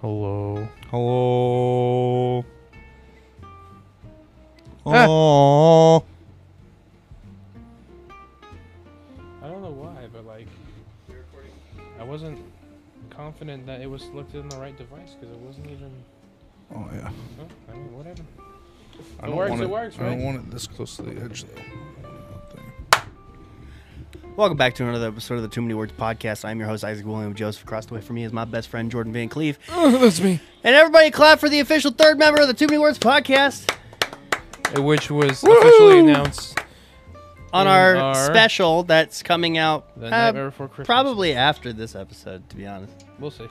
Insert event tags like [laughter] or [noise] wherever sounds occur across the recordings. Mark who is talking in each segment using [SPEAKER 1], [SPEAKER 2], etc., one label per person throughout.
[SPEAKER 1] Hello.
[SPEAKER 2] Hello.
[SPEAKER 1] Ah.
[SPEAKER 2] Oh.
[SPEAKER 1] I don't know why, but like, I wasn't confident that it was looked in the right device because it wasn't even.
[SPEAKER 2] Oh yeah.
[SPEAKER 1] Oh, I mean, whatever.
[SPEAKER 2] I
[SPEAKER 1] It
[SPEAKER 2] don't
[SPEAKER 1] works,
[SPEAKER 2] want
[SPEAKER 1] it works,
[SPEAKER 2] I don't
[SPEAKER 1] right?
[SPEAKER 2] want it this close to the edge though. I want it out there.
[SPEAKER 3] Welcome back to another episode of the Too Many Words podcast. I'm your host Isaac William Joseph. Across the way from me is my best friend Jordan Van Cleve.
[SPEAKER 2] that's me.
[SPEAKER 3] And everybody clap for the official third member of the Too Many Words podcast
[SPEAKER 1] Uh, Which was officially
[SPEAKER 3] Woohoo!
[SPEAKER 1] announced
[SPEAKER 3] on
[SPEAKER 1] In
[SPEAKER 3] our,
[SPEAKER 1] our-
[SPEAKER 3] special that's coming out
[SPEAKER 1] the
[SPEAKER 3] uh,
[SPEAKER 1] night before Christmas.
[SPEAKER 3] probably after this episode. To be honest,
[SPEAKER 1] We'll see.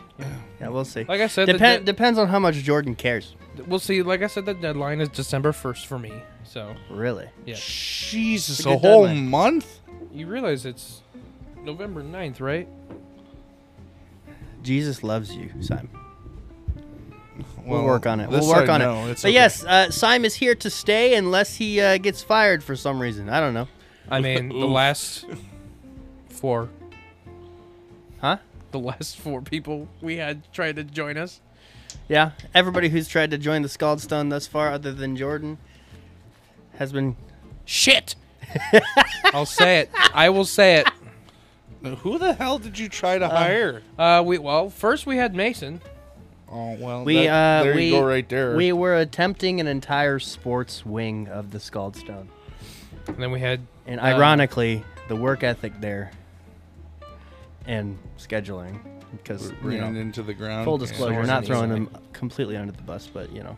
[SPEAKER 3] yeah, we'll see.
[SPEAKER 1] Like I said, the
[SPEAKER 3] Depen-
[SPEAKER 1] de-
[SPEAKER 3] depends on how much Jordan cares.
[SPEAKER 1] we'll see. Like I said, the deadline is December first for me. So
[SPEAKER 3] Really?
[SPEAKER 1] yeah,
[SPEAKER 2] Jesus,
[SPEAKER 3] It's a
[SPEAKER 2] a
[SPEAKER 3] good
[SPEAKER 2] whole
[SPEAKER 3] deadline.
[SPEAKER 2] month?
[SPEAKER 1] you realize it's November 9th, right?
[SPEAKER 3] Jesus loves you, Simon. We'll
[SPEAKER 2] Well,
[SPEAKER 3] work on it. We'll
[SPEAKER 2] this
[SPEAKER 3] work
[SPEAKER 2] I
[SPEAKER 3] on
[SPEAKER 2] know.
[SPEAKER 3] it.
[SPEAKER 2] It's
[SPEAKER 3] but
[SPEAKER 2] okay.
[SPEAKER 3] yes, uh, Sime is here to stay unless he uh, gets fired for some reason. I don't know.
[SPEAKER 1] I mean, the
[SPEAKER 2] Oof.
[SPEAKER 1] last four,
[SPEAKER 3] Huh?
[SPEAKER 1] the last four people we had tried to join us.
[SPEAKER 3] Yeah. Everybody who's tried to join the Scaldstone thus far, other than Jordan, has been
[SPEAKER 1] Shit. [laughs] I'll say it. I will say it.
[SPEAKER 2] Now, Who the hell did you try to
[SPEAKER 3] Um,
[SPEAKER 2] hire?
[SPEAKER 1] Uh, we well, first we had Mason.
[SPEAKER 2] Oh well,
[SPEAKER 3] We,
[SPEAKER 2] that-
[SPEAKER 3] uh,
[SPEAKER 2] there
[SPEAKER 3] we-
[SPEAKER 2] you go, right there.
[SPEAKER 3] We were attempting an entire sports wing of the Scaldstone.
[SPEAKER 1] And then we had
[SPEAKER 3] And
[SPEAKER 1] uh,
[SPEAKER 3] ironically, the work ethic there and scheduling, because, you
[SPEAKER 2] ran
[SPEAKER 3] know,
[SPEAKER 2] into the ground.
[SPEAKER 3] full
[SPEAKER 2] Yeah.
[SPEAKER 3] disclosure,
[SPEAKER 1] source
[SPEAKER 3] not
[SPEAKER 1] and
[SPEAKER 3] throwing
[SPEAKER 1] easily.
[SPEAKER 3] them completely under the bus, but, you know,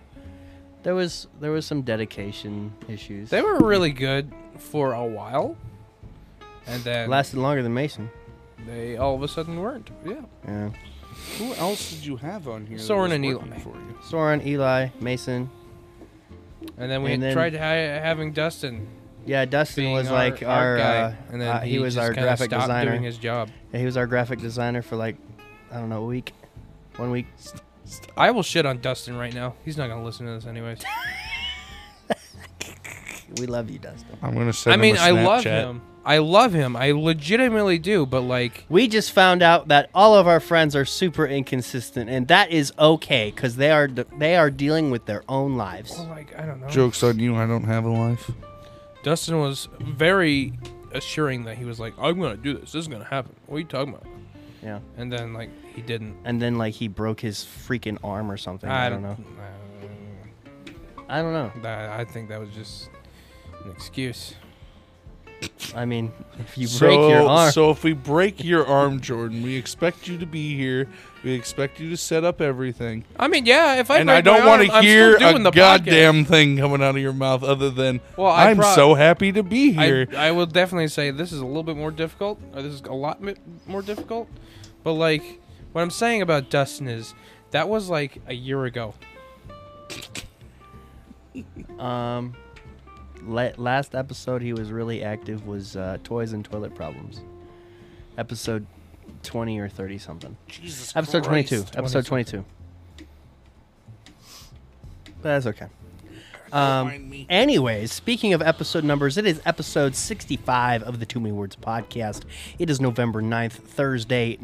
[SPEAKER 3] there was there was some dedication issues.
[SPEAKER 1] they were really good for a while, and then
[SPEAKER 3] lasted longer than Mason.
[SPEAKER 1] they all of a sudden weren't. Yeah.
[SPEAKER 3] Yeah.
[SPEAKER 2] Who else did you have on here? that
[SPEAKER 1] Soren
[SPEAKER 2] was
[SPEAKER 1] and
[SPEAKER 2] working
[SPEAKER 1] Eli.
[SPEAKER 2] for you?
[SPEAKER 3] Soren, Eli, Mason.
[SPEAKER 1] And then we
[SPEAKER 3] And then-
[SPEAKER 1] tried hi- having Dustin.
[SPEAKER 3] Yeah, Dustin
[SPEAKER 1] being
[SPEAKER 3] was
[SPEAKER 1] our,
[SPEAKER 3] like
[SPEAKER 1] our
[SPEAKER 3] our,
[SPEAKER 1] guy,
[SPEAKER 3] uh,
[SPEAKER 1] and then
[SPEAKER 3] uh, he, was
[SPEAKER 1] just
[SPEAKER 3] our
[SPEAKER 1] kinda
[SPEAKER 3] graphic
[SPEAKER 1] stopped
[SPEAKER 3] designer.
[SPEAKER 1] doing his job.
[SPEAKER 3] Yeah, he was our graphic designer for like I don't know a week, one week.
[SPEAKER 1] I will shit on Dustin right now. He's not gonna listen to this anyways.
[SPEAKER 3] We love you, Dustin.
[SPEAKER 2] I'm gonna send.
[SPEAKER 1] I mean,
[SPEAKER 2] him a
[SPEAKER 1] I love
[SPEAKER 2] Snapchat.
[SPEAKER 1] him. I love him. I legitimately do. But like,
[SPEAKER 3] We just found out that all of our friends are super inconsistent, and that is okay because they are they are dealing with their own lives.
[SPEAKER 1] well, like I don't know.
[SPEAKER 2] Jokes on you. I don't have a life.
[SPEAKER 1] Dustin was very assuring that he was like, "I'm gonna do this. This is gonna happen." What are you talking about?
[SPEAKER 3] Yeah,
[SPEAKER 1] And then like he didn't.
[SPEAKER 3] and then like he broke his freaking arm or something. I, don't know. I don't know.
[SPEAKER 1] I, I- I think that was just an excuse.
[SPEAKER 3] I mean, [laughs] if you break your arm,
[SPEAKER 2] So if we break your arm, Jordan, we expect you to be here. We expect you to set up everything.
[SPEAKER 1] I mean, yeah. If I
[SPEAKER 2] and I
[SPEAKER 1] break my
[SPEAKER 2] don't want
[SPEAKER 1] arm,
[SPEAKER 2] to
[SPEAKER 1] I'm still
[SPEAKER 2] hear a
[SPEAKER 1] doing the podcast.
[SPEAKER 2] goddamn thing coming out of your mouth other than
[SPEAKER 1] Well, I
[SPEAKER 2] I'm
[SPEAKER 1] prob-
[SPEAKER 2] so happy to be
[SPEAKER 1] I,
[SPEAKER 2] here.
[SPEAKER 1] I will definitely say this is a little bit more difficult, or this is a lot mi- more difficult. But like, what I'm saying about Dustin is that was like a year ago.
[SPEAKER 3] um, la- last episode he was really active was uh, toys and toilet problems, episode twenty or thirty something.
[SPEAKER 2] Jesus
[SPEAKER 3] Episode 22. Episode 22.
[SPEAKER 1] 22.
[SPEAKER 3] But that's okay. Um, anyways, speaking of episode numbers, it is episode 65 of the Too Many Words podcast. It is November 9th, Thursday,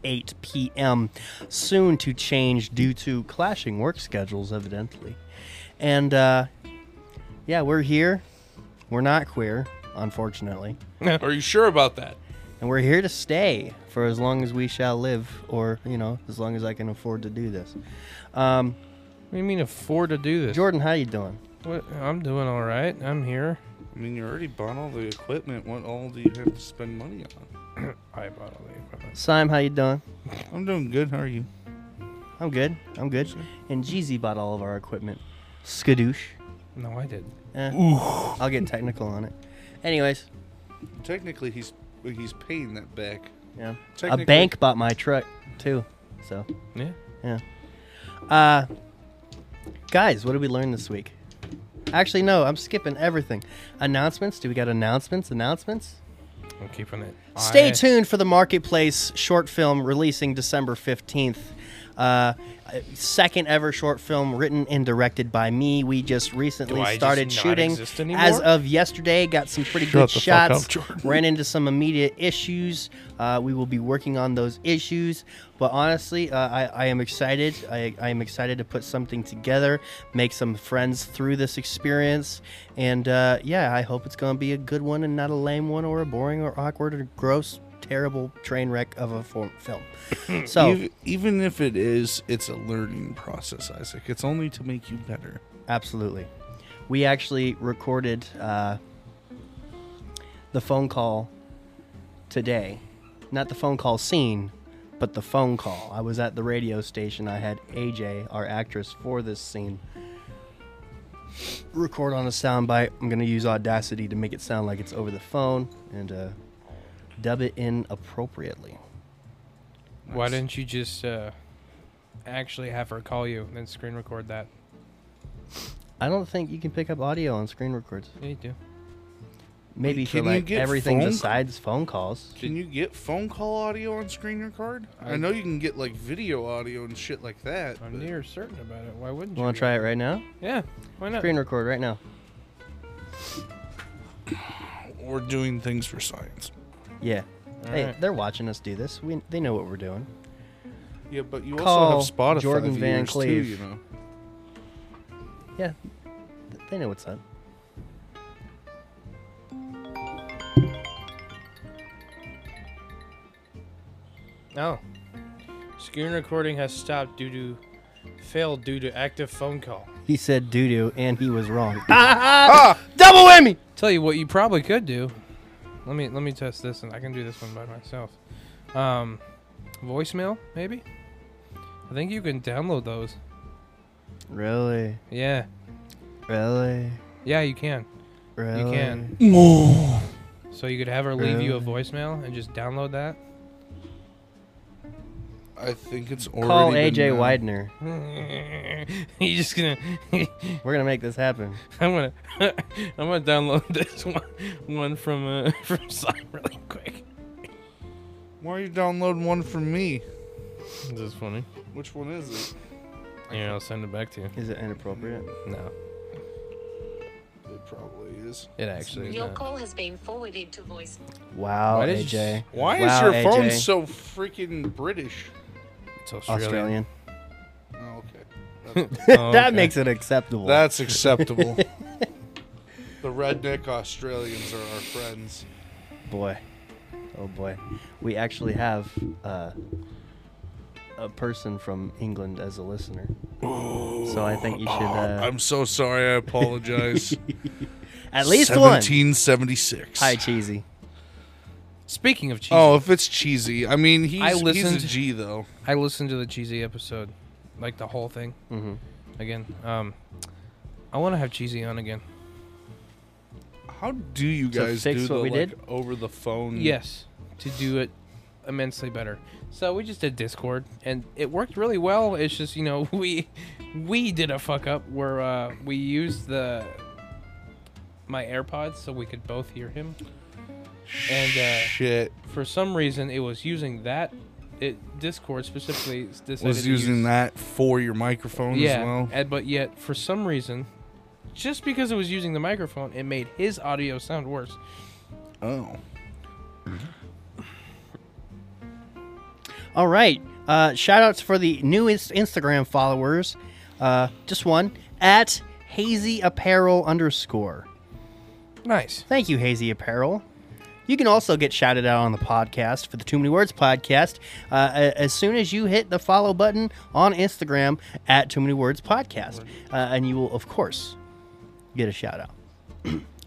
[SPEAKER 3] 9.08 p.m. Soon to change due to clashing work schedules, evidently. And, uh, yeah, we're here. We're not queer, unfortunately.
[SPEAKER 2] Are you sure about that?
[SPEAKER 3] And we're here to stay for as long as we shall live, or, you know, as long as I can afford to do this. Um,
[SPEAKER 1] What do you mean afford to do this?
[SPEAKER 3] Jordan, how you doing?
[SPEAKER 1] What, I'm doing all right. I'm here.
[SPEAKER 2] I mean, you already bought all the equipment. What all do you have to spend money on?
[SPEAKER 1] I bought all the equipment.
[SPEAKER 3] Sime, how you doing?
[SPEAKER 2] I'm doing good. How are you?
[SPEAKER 3] I'm good. I'm good. And Jeezy bought all of our equipment. Skadoosh.
[SPEAKER 1] No, I did.
[SPEAKER 3] Eh, I'll get technical on it. Anyways,
[SPEAKER 2] Technically, he's he's paying that back.
[SPEAKER 3] yeah. A
[SPEAKER 2] Technically-
[SPEAKER 3] bank bought my truck too. So,
[SPEAKER 1] Yeah.
[SPEAKER 3] yeah. Uh, guys, what did we learn this week? Actually, no, I'm skipping everything. Announcements? Do we got announcements? Announcements?
[SPEAKER 1] I'm keeping it.
[SPEAKER 3] Stay
[SPEAKER 1] I-
[SPEAKER 3] tuned for the Marketplace short film releasing December 15th. Uh, second ever short film written and directed by me. We just recently
[SPEAKER 1] Do I just
[SPEAKER 3] started
[SPEAKER 1] not
[SPEAKER 3] shooting
[SPEAKER 1] exist anymore?
[SPEAKER 3] as of yesterday. Got some pretty
[SPEAKER 2] Shut
[SPEAKER 3] good
[SPEAKER 2] the fuck
[SPEAKER 3] shots.
[SPEAKER 2] up, Jordan.
[SPEAKER 3] Ran into some immediate issues. Uh, we will be working on those issues. But honestly, uh, I, I am excited. I, I am excited to put something together, make some friends through this experience. And uh, yeah, I hope it's going to be a good one and not a lame one or a boring or awkward or gross, terrible train wreck of a form- film.
[SPEAKER 2] [laughs]
[SPEAKER 3] So.
[SPEAKER 2] Ev- even if it is, it's a learning process, Isaac. It's only to make you better.
[SPEAKER 3] Absolutely. We actually recorded uh, the phone call today. Not the phone call scene, but the phone call. I was at the radio station. I had AJ, our actress for this scene, record on a soundbite. I'm going to use Audacity to make it sound like it's over the phone and uh, dub it in appropriately.
[SPEAKER 1] Why didn't you just uh, actually have her call you and then screen record that?
[SPEAKER 3] I don't think you can pick up audio on screen records.
[SPEAKER 1] Yeah, you do.
[SPEAKER 3] Maybe for
[SPEAKER 2] can you
[SPEAKER 3] like
[SPEAKER 2] get
[SPEAKER 3] everything
[SPEAKER 2] phone-
[SPEAKER 3] besides phone calls.
[SPEAKER 2] Can you get phone call audio on screen record? I,
[SPEAKER 1] I-
[SPEAKER 2] know you can get like video audio and shit like that.
[SPEAKER 1] I'm
[SPEAKER 2] but-
[SPEAKER 1] near certain about it. Why wouldn't
[SPEAKER 3] You
[SPEAKER 1] you?
[SPEAKER 3] want to try it right now?
[SPEAKER 1] Yeah. Why not?
[SPEAKER 3] Screen record right now.
[SPEAKER 2] We're doing things for science.
[SPEAKER 3] Yeah.
[SPEAKER 1] All
[SPEAKER 3] hey,
[SPEAKER 1] right.
[SPEAKER 3] they're watching us do this. We they know what we're doing.
[SPEAKER 2] Yeah, but you
[SPEAKER 3] Call
[SPEAKER 2] also have Spotify
[SPEAKER 3] Jordan Van
[SPEAKER 2] viewers, too,
[SPEAKER 3] Cleef.
[SPEAKER 2] you know.
[SPEAKER 3] Yeah. th- They know what's up.
[SPEAKER 1] Oh. Screen recording has stopped due to failed due to active phone call.
[SPEAKER 3] He said doo doo and he was
[SPEAKER 1] [laughs]
[SPEAKER 3] wrong.
[SPEAKER 1] Ah!
[SPEAKER 3] Ah! Double whammy.
[SPEAKER 1] Tell you what, you probably could do. Let me let me test this, and I can do this one by myself. Um, voicemail, maybe. I think you can download those.
[SPEAKER 3] Really?
[SPEAKER 1] Yeah,
[SPEAKER 3] Really?
[SPEAKER 1] yeah, you can.
[SPEAKER 3] Really?
[SPEAKER 1] can. So you could have her leave you a
[SPEAKER 3] Really?
[SPEAKER 1] voicemail and just download that. [laughs]
[SPEAKER 2] I think it's already
[SPEAKER 3] Call
[SPEAKER 2] been
[SPEAKER 3] AJ
[SPEAKER 2] done.
[SPEAKER 3] Widener.
[SPEAKER 1] you just gonna. [laughs]
[SPEAKER 3] We're gonna make this happen.
[SPEAKER 1] I'm gonna. [laughs] I'm gonna download [laughs] this one, one from uh, [laughs] from Sign really quick.
[SPEAKER 2] Why are you downloading one from me?
[SPEAKER 1] This is funny.
[SPEAKER 2] Which one is it?
[SPEAKER 1] Yeah, I'll send it back to you.
[SPEAKER 3] Is it inappropriate?
[SPEAKER 1] No,
[SPEAKER 2] It probably is.
[SPEAKER 1] it actually. is
[SPEAKER 4] Your
[SPEAKER 1] not.
[SPEAKER 4] call has been forwarded to voice.
[SPEAKER 3] Wow,
[SPEAKER 1] Why did you
[SPEAKER 3] AJ.
[SPEAKER 1] s-
[SPEAKER 2] Why
[SPEAKER 3] Wow,
[SPEAKER 2] is your phone
[SPEAKER 3] AJ.
[SPEAKER 2] so freaking British?
[SPEAKER 1] It's Australian.
[SPEAKER 3] [laughs] Australian.
[SPEAKER 2] Oh, okay. [laughs] That's,
[SPEAKER 1] Oh,
[SPEAKER 3] [laughs] that
[SPEAKER 1] okay.
[SPEAKER 3] makes it acceptable.
[SPEAKER 2] that's
[SPEAKER 3] [laughs]
[SPEAKER 2] acceptable. the redneck Australians are our friends.
[SPEAKER 3] boy oh boy we actually have uh, a person from england as a listener so i think you should uh,
[SPEAKER 2] I'm so sorry. I
[SPEAKER 3] [laughs]
[SPEAKER 2] apologize.
[SPEAKER 3] at least one
[SPEAKER 2] 1776.
[SPEAKER 3] hi cheesy
[SPEAKER 1] Speaking of cheesy,
[SPEAKER 2] Oh, if it's cheesy. I mean, he's,
[SPEAKER 1] I
[SPEAKER 2] he's
[SPEAKER 1] listened-
[SPEAKER 2] a G, though.
[SPEAKER 1] I listened to the cheesy episode, like the whole thing
[SPEAKER 3] mm-hmm.
[SPEAKER 1] again. Um, I want to have cheesy on again.
[SPEAKER 2] How do you
[SPEAKER 3] So
[SPEAKER 2] guys
[SPEAKER 3] fix
[SPEAKER 2] do the
[SPEAKER 3] what we
[SPEAKER 2] like,
[SPEAKER 3] did?
[SPEAKER 2] over the phone?
[SPEAKER 1] Yes, to do it immensely better. So we just did Discord, and it worked really well. It's just you know [laughs] we we did a fuck up where uh, we used the my AirPods so we could both hear him. And, uh,
[SPEAKER 2] shit
[SPEAKER 1] For some reason, it was using that. It Discord specifically s- decided
[SPEAKER 2] was
[SPEAKER 1] to
[SPEAKER 2] using
[SPEAKER 1] use,
[SPEAKER 2] that for your microphone
[SPEAKER 1] yeah,
[SPEAKER 2] as well.
[SPEAKER 1] and- but yet for some reason, just because it was using the microphone, it made his audio sound worse.
[SPEAKER 2] Oh,
[SPEAKER 3] all right uh, shout outs for the newest instagram followers uh, just one at hazy apparel underscore
[SPEAKER 1] Nice.
[SPEAKER 3] Thank you, Hazy Apparel. You can also get shouted out on the podcast for the Too Many Words podcast uh, a- as soon as you hit the follow button on Instagram at Too Many Words Podcast. Uh, and you will, of course, get a shout out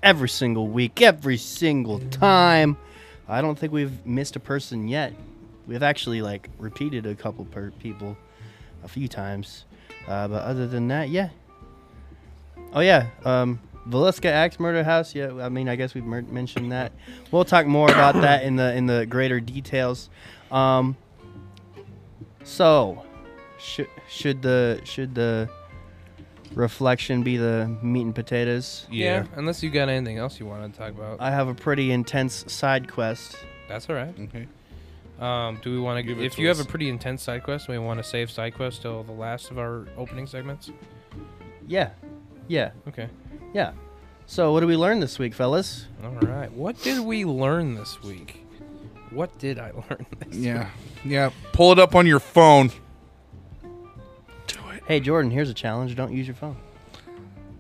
[SPEAKER 3] every single week, every single time. I don't think we've missed a person yet. We've actually like repeated a couple per people a few times, uh, but other than that, yeah. Oh yeah, um, Velisca Axe Murder House. Yeah, I mean, I guess we've mer- mentioned that. We'll talk more about that in the in the greater details. Um, so, should should the should the reflection be the meat and potatoes?
[SPEAKER 1] Yeah. Unless you got anything else you want to talk about,
[SPEAKER 3] I have a pretty intense side quest. [laughs]
[SPEAKER 1] that's all right.
[SPEAKER 2] Okay.
[SPEAKER 1] Um, do we want
[SPEAKER 2] Give
[SPEAKER 1] to?
[SPEAKER 2] it
[SPEAKER 1] If
[SPEAKER 2] to
[SPEAKER 1] you have
[SPEAKER 2] us.
[SPEAKER 1] a pretty intense side quest, we want to save side quest till the last of our opening segments.
[SPEAKER 3] Yeah. Yeah.
[SPEAKER 1] Okay.
[SPEAKER 3] Yeah. So, what did we learn this week, fellas?
[SPEAKER 1] All right. What did we learn this week? What did I [laughs] learn this?
[SPEAKER 2] Yeah. Yeah. Pull it up on your phone. Do it.
[SPEAKER 3] Hey, Jordan, here's a challenge. Don't use your phone.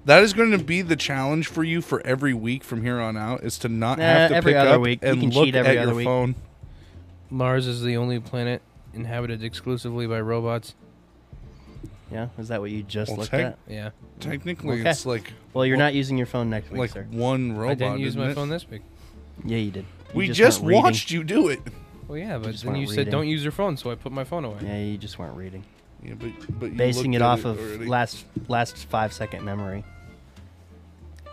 [SPEAKER 2] That is going to be the challenge for you for every week from here on out is to not
[SPEAKER 3] Nah,
[SPEAKER 2] have to
[SPEAKER 3] every
[SPEAKER 2] pick
[SPEAKER 3] other
[SPEAKER 2] up
[SPEAKER 3] week. You
[SPEAKER 2] and
[SPEAKER 3] can
[SPEAKER 2] look
[SPEAKER 3] cheat
[SPEAKER 2] at
[SPEAKER 3] every other
[SPEAKER 2] your
[SPEAKER 3] week.
[SPEAKER 2] phone.
[SPEAKER 1] Mars is the only planet inhabited exclusively by robots.
[SPEAKER 3] Yeah, is that what you just
[SPEAKER 2] Well,
[SPEAKER 3] looked
[SPEAKER 2] tech-
[SPEAKER 3] at?
[SPEAKER 1] Yeah.
[SPEAKER 2] Technically,
[SPEAKER 3] Okay.
[SPEAKER 2] it's like
[SPEAKER 3] Well, you're not using your phone next week,
[SPEAKER 2] like
[SPEAKER 3] sir.
[SPEAKER 2] one robot.
[SPEAKER 1] I didn't use
[SPEAKER 2] isn't
[SPEAKER 1] my
[SPEAKER 2] it?
[SPEAKER 1] phone this week.
[SPEAKER 3] Yeah, you did. You
[SPEAKER 2] We
[SPEAKER 3] weren't
[SPEAKER 2] just,
[SPEAKER 3] reading.
[SPEAKER 2] watched you do it.
[SPEAKER 1] Well, yeah, but
[SPEAKER 3] just
[SPEAKER 1] then
[SPEAKER 3] weren't
[SPEAKER 1] you said
[SPEAKER 3] reading.
[SPEAKER 1] don't use your phone, so I put my phone away.
[SPEAKER 3] Yeah, you just weren't reading.
[SPEAKER 2] Yeah, but, but you
[SPEAKER 3] Basing
[SPEAKER 2] looked
[SPEAKER 3] it
[SPEAKER 2] at
[SPEAKER 3] off of
[SPEAKER 2] already.
[SPEAKER 3] last last five second memory.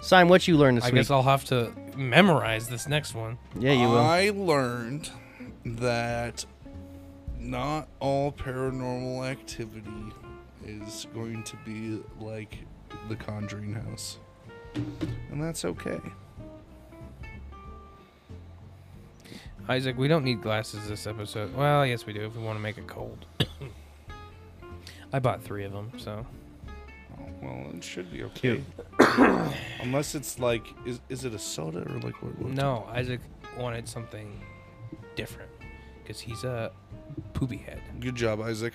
[SPEAKER 3] Sign what you learned this
[SPEAKER 1] I
[SPEAKER 3] week.
[SPEAKER 1] guess I'll have to memorize this next one.
[SPEAKER 3] yeah, you will.
[SPEAKER 2] I learned that not all paranormal activity is going to be like the Conjuring House, and that's okay.
[SPEAKER 1] Isaac, we don't need glasses this episode. Well, yes, we do if we want to make it cold. [coughs] I bought three of them, so.
[SPEAKER 2] Oh, well, it should be okay. [coughs] Unless it's like, is, is it a soda or like what? what
[SPEAKER 1] No, Isaac wanted something different because he's a poopy head.
[SPEAKER 2] Good job, Isaac.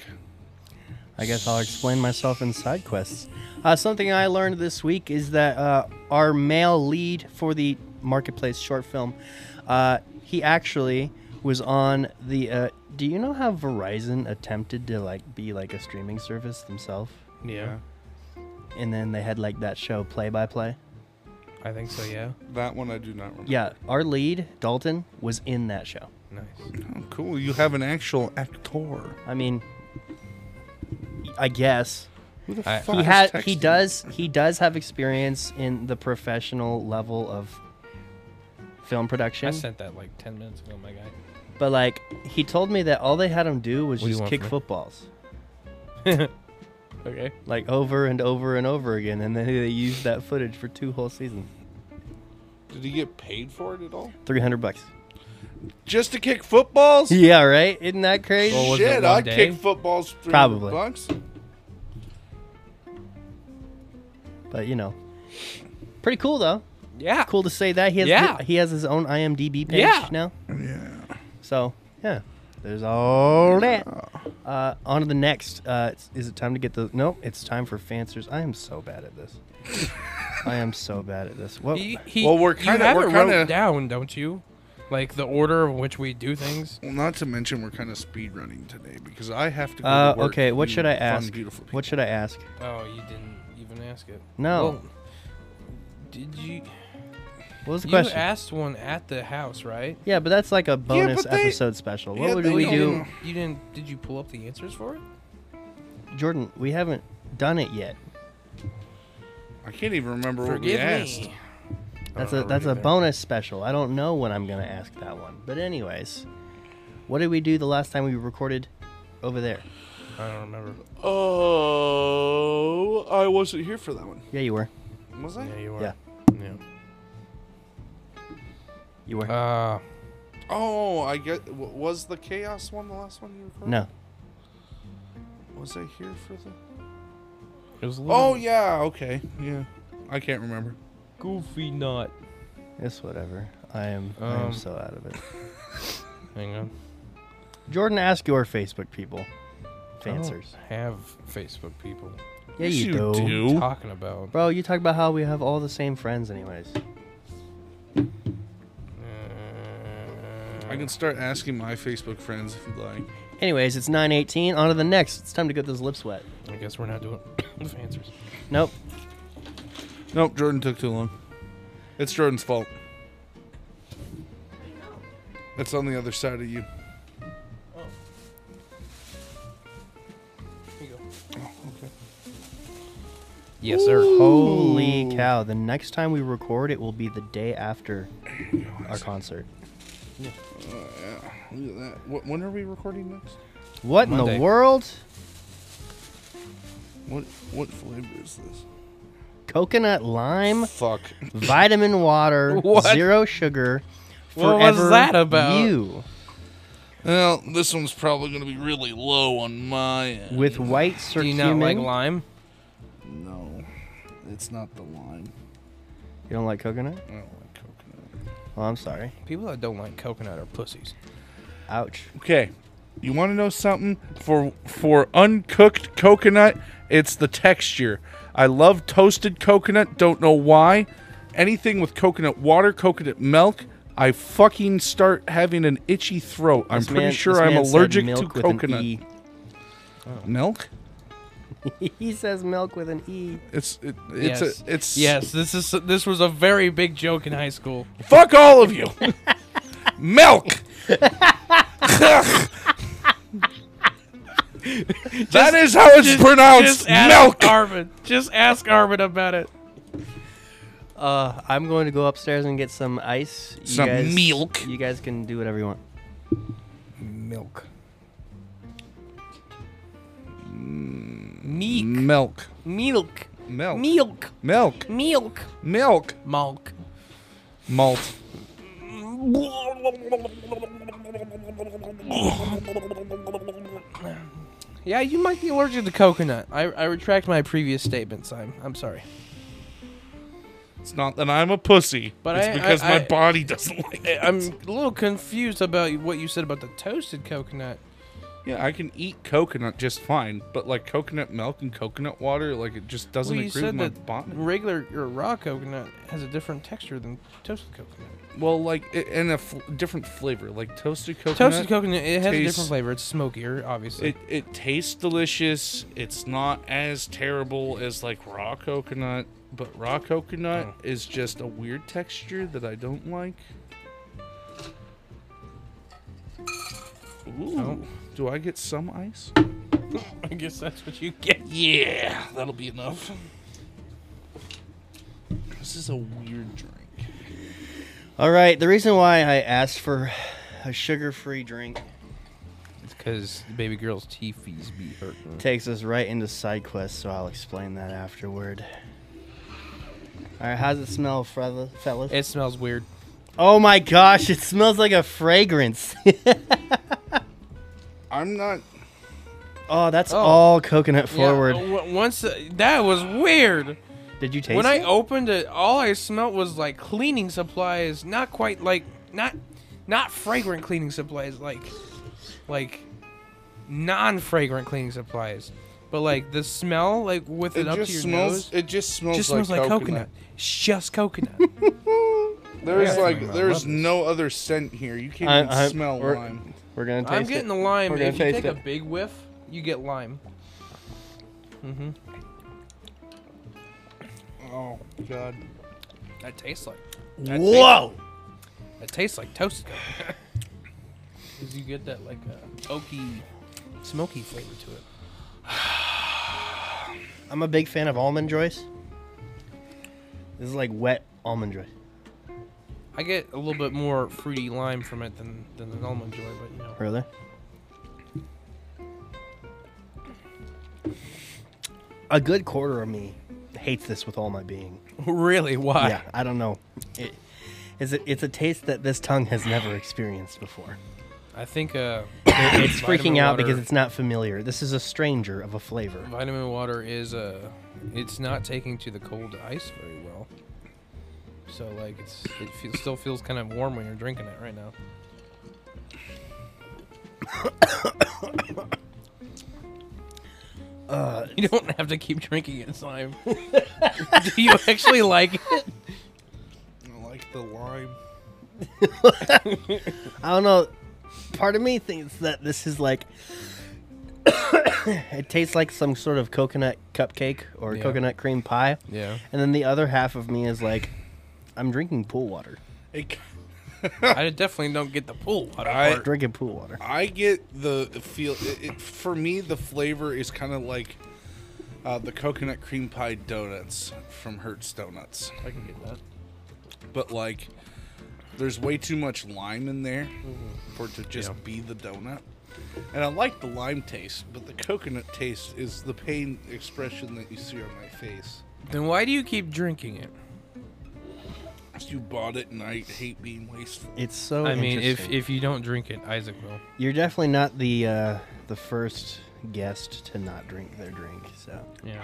[SPEAKER 3] I guess I'll explain myself in side quests. Uh, something I learned this week is that uh, our male lead for the marketplace short film, uh, he actually was on the. Uh, do you know how Verizon attempted to like be like a streaming service themselves,
[SPEAKER 1] Yeah,
[SPEAKER 3] and then they had like that show Play by Play?
[SPEAKER 1] I think so. Yeah,
[SPEAKER 2] That one I do not remember.
[SPEAKER 3] Yeah, our lead Dalton was in that show.
[SPEAKER 1] nice.
[SPEAKER 2] Oh, cool. You have an actual actor.
[SPEAKER 3] I mean, I guess
[SPEAKER 2] Who the
[SPEAKER 1] I-
[SPEAKER 2] fuck
[SPEAKER 3] he
[SPEAKER 2] is
[SPEAKER 3] had he
[SPEAKER 2] texting?
[SPEAKER 3] does he does have experience in the professional level of film
[SPEAKER 1] I
[SPEAKER 3] production
[SPEAKER 1] sent that like ten minutes ago, my guy.
[SPEAKER 3] but like he told me that all they had him do was
[SPEAKER 1] What do you
[SPEAKER 3] just
[SPEAKER 1] want
[SPEAKER 3] kick
[SPEAKER 1] from me?
[SPEAKER 3] footballs
[SPEAKER 1] okay.
[SPEAKER 3] like over and over and over again and then they used that footage for two whole seasons
[SPEAKER 2] Did he get paid for it at all?
[SPEAKER 3] 300 bucks [laughs]
[SPEAKER 2] Just to kick footballs?
[SPEAKER 3] yeah right isn't that crazy
[SPEAKER 1] Well, was it
[SPEAKER 2] Shit,
[SPEAKER 1] one
[SPEAKER 2] I'd
[SPEAKER 1] day?
[SPEAKER 2] kick footballs for
[SPEAKER 3] Probably.
[SPEAKER 2] Probably. bucks.
[SPEAKER 3] but you know pretty cool though
[SPEAKER 1] Yeah.
[SPEAKER 3] cool to say that he has
[SPEAKER 1] Yeah.
[SPEAKER 3] he has his own imdb page
[SPEAKER 1] Yeah.
[SPEAKER 3] now
[SPEAKER 2] Yeah.
[SPEAKER 3] So yeah, there's all that. Uh, on to the next. Uh, it's- is it time to get the? No, it's time for fancers. I am so bad at this. I am so bad at this. What?
[SPEAKER 1] He, he,
[SPEAKER 2] Well, we're
[SPEAKER 1] you
[SPEAKER 2] kinda-
[SPEAKER 1] have
[SPEAKER 2] we're
[SPEAKER 1] it wrote
[SPEAKER 2] kinda-
[SPEAKER 1] down, don't you? Like the order in which we do things.
[SPEAKER 2] Well, not to mention we're kind of speed running today because I have to go
[SPEAKER 3] Uh,
[SPEAKER 2] to work
[SPEAKER 3] okay. What
[SPEAKER 2] and
[SPEAKER 3] should I
[SPEAKER 2] fund
[SPEAKER 3] ask?
[SPEAKER 2] beautiful people.
[SPEAKER 3] What should I ask?
[SPEAKER 1] Oh, you didn't even ask it.
[SPEAKER 3] No.
[SPEAKER 1] Well, did you?
[SPEAKER 3] What was the
[SPEAKER 1] you
[SPEAKER 3] question?
[SPEAKER 1] asked one at the house, right?
[SPEAKER 3] yeah, but that's like a bonus
[SPEAKER 2] but they-
[SPEAKER 3] episode special. What
[SPEAKER 2] yeah,
[SPEAKER 3] would
[SPEAKER 2] they
[SPEAKER 3] we
[SPEAKER 1] You
[SPEAKER 2] don't-
[SPEAKER 3] do,
[SPEAKER 1] didn't- You didn't. Did you pull up the answers for it?
[SPEAKER 3] Jordan? We haven't done it yet.
[SPEAKER 2] I can't even remember what we
[SPEAKER 1] Forgive
[SPEAKER 2] asked.
[SPEAKER 1] me.
[SPEAKER 3] That's
[SPEAKER 1] don't
[SPEAKER 3] a
[SPEAKER 1] know
[SPEAKER 3] that's a
[SPEAKER 1] either.
[SPEAKER 3] bonus special. I don't know when I'm gonna ask that one. But anyways, what did we do the last time we recorded over there?
[SPEAKER 1] I don't remember.
[SPEAKER 2] Oh, I wasn't here for that one.
[SPEAKER 3] Yeah, you were.
[SPEAKER 2] Was I?
[SPEAKER 1] Yeah, you are.
[SPEAKER 3] Yeah, you were.
[SPEAKER 1] Uh,
[SPEAKER 2] Oh, I get. w- Was the chaos one the last one you recorded?
[SPEAKER 3] no.
[SPEAKER 2] Was I here for the?
[SPEAKER 1] it was.
[SPEAKER 2] Oh yeah. Okay. Yeah. I can't remember.
[SPEAKER 1] goofy nut.
[SPEAKER 3] It's whatever. I am, I am
[SPEAKER 1] Um,
[SPEAKER 3] so out of it.
[SPEAKER 1] Hang on.
[SPEAKER 3] Jordan, ask your Facebook people.
[SPEAKER 1] I don't
[SPEAKER 3] Fancers.
[SPEAKER 1] have Facebook people.
[SPEAKER 3] Yeah,
[SPEAKER 2] Yes,
[SPEAKER 3] you,
[SPEAKER 2] you
[SPEAKER 3] do.
[SPEAKER 2] do.
[SPEAKER 1] What are you talking about?
[SPEAKER 3] Bro, you talk about how we have all the same friends, anyways.
[SPEAKER 2] I can start asking my Facebook friends if you'd like.
[SPEAKER 3] Anyways, it's 918. On to the next. It's time to get those lips wet.
[SPEAKER 1] Uh, I guess we're not doing [coughs] the answers.
[SPEAKER 3] Nope.
[SPEAKER 2] Nope, Jordan took too long. It's Jordan's fault. It's on the other side of you.
[SPEAKER 1] Yes, sir.
[SPEAKER 3] Holy cow. The next time we record, it will be the day after our concert.
[SPEAKER 2] Look at that. Wh- When are we recording next?
[SPEAKER 3] What in
[SPEAKER 1] Monday.
[SPEAKER 3] the world?
[SPEAKER 2] What what flavor is this?
[SPEAKER 3] Coconut lime,
[SPEAKER 2] Fuck.
[SPEAKER 3] vitamin water, [laughs]
[SPEAKER 1] What?
[SPEAKER 3] zero sugar.
[SPEAKER 1] What was
[SPEAKER 3] forever
[SPEAKER 1] that about?
[SPEAKER 3] You.
[SPEAKER 2] Well, this one's probably going to be really low on my end.
[SPEAKER 3] With white circumen.
[SPEAKER 1] Do you not like lime?
[SPEAKER 2] no, it's not the lime.
[SPEAKER 3] You don't like coconut?
[SPEAKER 2] I don't like coconut.
[SPEAKER 3] Oh, I'm sorry.
[SPEAKER 1] People that don't like coconut are pussies.
[SPEAKER 3] Ouch.
[SPEAKER 2] Okay, you want to know something? For for uncooked coconut, it's the texture. I love toasted coconut. Don't know why. Anything with coconut water, coconut milk, I fucking start having an itchy throat. I'm
[SPEAKER 3] This
[SPEAKER 2] pretty
[SPEAKER 3] man- this
[SPEAKER 2] sure I'm
[SPEAKER 3] man said
[SPEAKER 2] allergic to
[SPEAKER 3] milk with an
[SPEAKER 2] coconut
[SPEAKER 3] E. [laughs]
[SPEAKER 2] milk.
[SPEAKER 3] he says milk with an E.
[SPEAKER 2] It's it, it's
[SPEAKER 1] yes.
[SPEAKER 2] a, it's
[SPEAKER 1] yes. This is this was a very big joke in high school.
[SPEAKER 2] Fuck all of you. Milk. that is how it's pronounced.
[SPEAKER 1] [laughs] Just ask
[SPEAKER 2] Milk.
[SPEAKER 1] Arvin. Just ask Arvin about it.
[SPEAKER 3] Uh, I'm going to go upstairs and get some ice. You
[SPEAKER 2] Some
[SPEAKER 3] guys-
[SPEAKER 2] milk.
[SPEAKER 3] You guys can do whatever you want.
[SPEAKER 1] Milk. Meek.
[SPEAKER 2] milk.
[SPEAKER 1] Milk.
[SPEAKER 2] Milk.
[SPEAKER 1] Milk.
[SPEAKER 2] Milk. Milk.
[SPEAKER 1] Milk. Milk.
[SPEAKER 2] Malt.
[SPEAKER 1] Yeah, you might be allergic to coconut. I, I retract my previous statements. I'm I'm sorry.
[SPEAKER 2] It's not that I'm a pussy.
[SPEAKER 1] But
[SPEAKER 2] it's
[SPEAKER 1] I-
[SPEAKER 2] because
[SPEAKER 1] I-
[SPEAKER 2] my
[SPEAKER 1] I-
[SPEAKER 2] body doesn't like it.
[SPEAKER 1] Eh, I'm a little confused about what you said about the toasted coconut.
[SPEAKER 2] yeah, I can eat coconut just fine, but like coconut milk and coconut water, like it just doesn't
[SPEAKER 1] Well, you
[SPEAKER 2] agree with
[SPEAKER 1] said
[SPEAKER 2] my
[SPEAKER 1] that
[SPEAKER 2] body.
[SPEAKER 1] regular or raw coconut has a different texture than toasted coconut.
[SPEAKER 2] Well, like i- and a fl- different flavor, like toasted coconut.
[SPEAKER 1] Toasted coconut it has a
[SPEAKER 2] tastes-
[SPEAKER 1] different flavor. It's smokier, obviously.
[SPEAKER 2] It it tastes delicious. It's not as terrible as like raw coconut, but raw
[SPEAKER 1] Oh.
[SPEAKER 2] coconut is just a weird texture that I don't like. Ooh.
[SPEAKER 1] Oh.
[SPEAKER 2] Do I get some ice?
[SPEAKER 1] [laughs] I guess that's what you get.
[SPEAKER 2] Yeah, that'll be enough. This is a weird drink.
[SPEAKER 3] All right. The reason why I asked for a sugar-free drink
[SPEAKER 1] It's because baby girl's teethies be hurting.
[SPEAKER 3] takes us right into side quest, so I'll explain that afterward. All right. How's it smell, fella- fellas?
[SPEAKER 1] It smells weird.
[SPEAKER 3] oh my gosh! It smells like a fragrance. [laughs]
[SPEAKER 2] I'm not.
[SPEAKER 3] oh, that's
[SPEAKER 1] Oh.
[SPEAKER 3] all coconut forward.
[SPEAKER 1] Yeah, w- once uh, that was weird.
[SPEAKER 3] Did you taste
[SPEAKER 1] when
[SPEAKER 3] it?
[SPEAKER 1] I opened it, all I smelt was like cleaning supplies. Not quite like not not fragrant cleaning supplies. Like like non-fragrant cleaning supplies. But like the smell, like with it,
[SPEAKER 2] It
[SPEAKER 1] up to
[SPEAKER 2] just
[SPEAKER 1] your
[SPEAKER 2] smells.
[SPEAKER 1] nose,
[SPEAKER 2] It just smells.
[SPEAKER 1] just smells like, coconut. It's just coconut.
[SPEAKER 3] [laughs]
[SPEAKER 2] There's
[SPEAKER 1] Yeah.
[SPEAKER 2] like.
[SPEAKER 1] I
[SPEAKER 2] There's
[SPEAKER 1] love this.
[SPEAKER 2] no other scent here. You can't
[SPEAKER 3] I-
[SPEAKER 2] even
[SPEAKER 3] I-
[SPEAKER 2] smell
[SPEAKER 3] we're-
[SPEAKER 2] lime.
[SPEAKER 3] We're gonna taste
[SPEAKER 1] I'm getting
[SPEAKER 3] it.
[SPEAKER 1] the lime.
[SPEAKER 3] We're gonna
[SPEAKER 1] If you
[SPEAKER 3] taste
[SPEAKER 1] take a
[SPEAKER 3] it.
[SPEAKER 1] big whiff, you get lime.
[SPEAKER 2] Oh God.
[SPEAKER 1] That tastes like
[SPEAKER 3] Whoa!
[SPEAKER 1] It tastes like toasted
[SPEAKER 3] [laughs]
[SPEAKER 1] coconut. Because you get that like uh, oaky, smoky flavor to it.
[SPEAKER 3] I'm a big fan of almond joys. This is like wet almond joy.
[SPEAKER 1] I get a little bit more fruity lime from it than than an almond joy, but you know.
[SPEAKER 3] Really? A good quarter of me hates this with all my being.
[SPEAKER 1] [laughs] Really? Why?
[SPEAKER 3] yeah, I don't know. It, is it, it's a taste that this tongue has never experienced before.
[SPEAKER 1] I think uh,
[SPEAKER 3] [coughs] It's
[SPEAKER 1] [coughs]
[SPEAKER 3] freaking
[SPEAKER 1] vitamin
[SPEAKER 3] out
[SPEAKER 1] water-
[SPEAKER 3] because it's not familiar. This is a stranger of a flavor.
[SPEAKER 1] vitamin water is uh, it's not taking to the cold ice very well. So like it's it feel, still feels kind of warm when you're drinking it
[SPEAKER 3] [coughs]
[SPEAKER 1] right now.
[SPEAKER 3] Uh,
[SPEAKER 1] you don't have to keep drinking it, slime. [laughs] Do you actually
[SPEAKER 3] [laughs]
[SPEAKER 1] like it?
[SPEAKER 2] I like the lime.
[SPEAKER 3] I don't know. Part of me thinks that this is like [coughs] it tastes like some sort of coconut cupcake or
[SPEAKER 1] Yeah.
[SPEAKER 3] coconut cream pie.
[SPEAKER 1] Yeah.
[SPEAKER 3] And then the other half of me is like, I'm drinking pool water.
[SPEAKER 2] It,
[SPEAKER 1] [laughs] I definitely don't get the pool water
[SPEAKER 2] I-
[SPEAKER 1] part.
[SPEAKER 3] Drinking pool water.
[SPEAKER 2] I get the feel. It, it, for me, the flavor is kind of like uh, the coconut cream pie donuts from Hertz Donuts,
[SPEAKER 1] I can get that.
[SPEAKER 2] but like there's way too much lime in there for it to just be the donut. And I like the lime taste, but the coconut taste is the pain expression that you see on my face.
[SPEAKER 1] Then why do you keep drinking it?
[SPEAKER 2] You bought it, and I hate being wasteful.
[SPEAKER 3] It's so.
[SPEAKER 1] I mean, if
[SPEAKER 3] Oh, interesting.
[SPEAKER 1] if you don't drink it, Isaac will.
[SPEAKER 3] you're definitely not the uh, the first guest to not drink their drink, so
[SPEAKER 1] Yeah.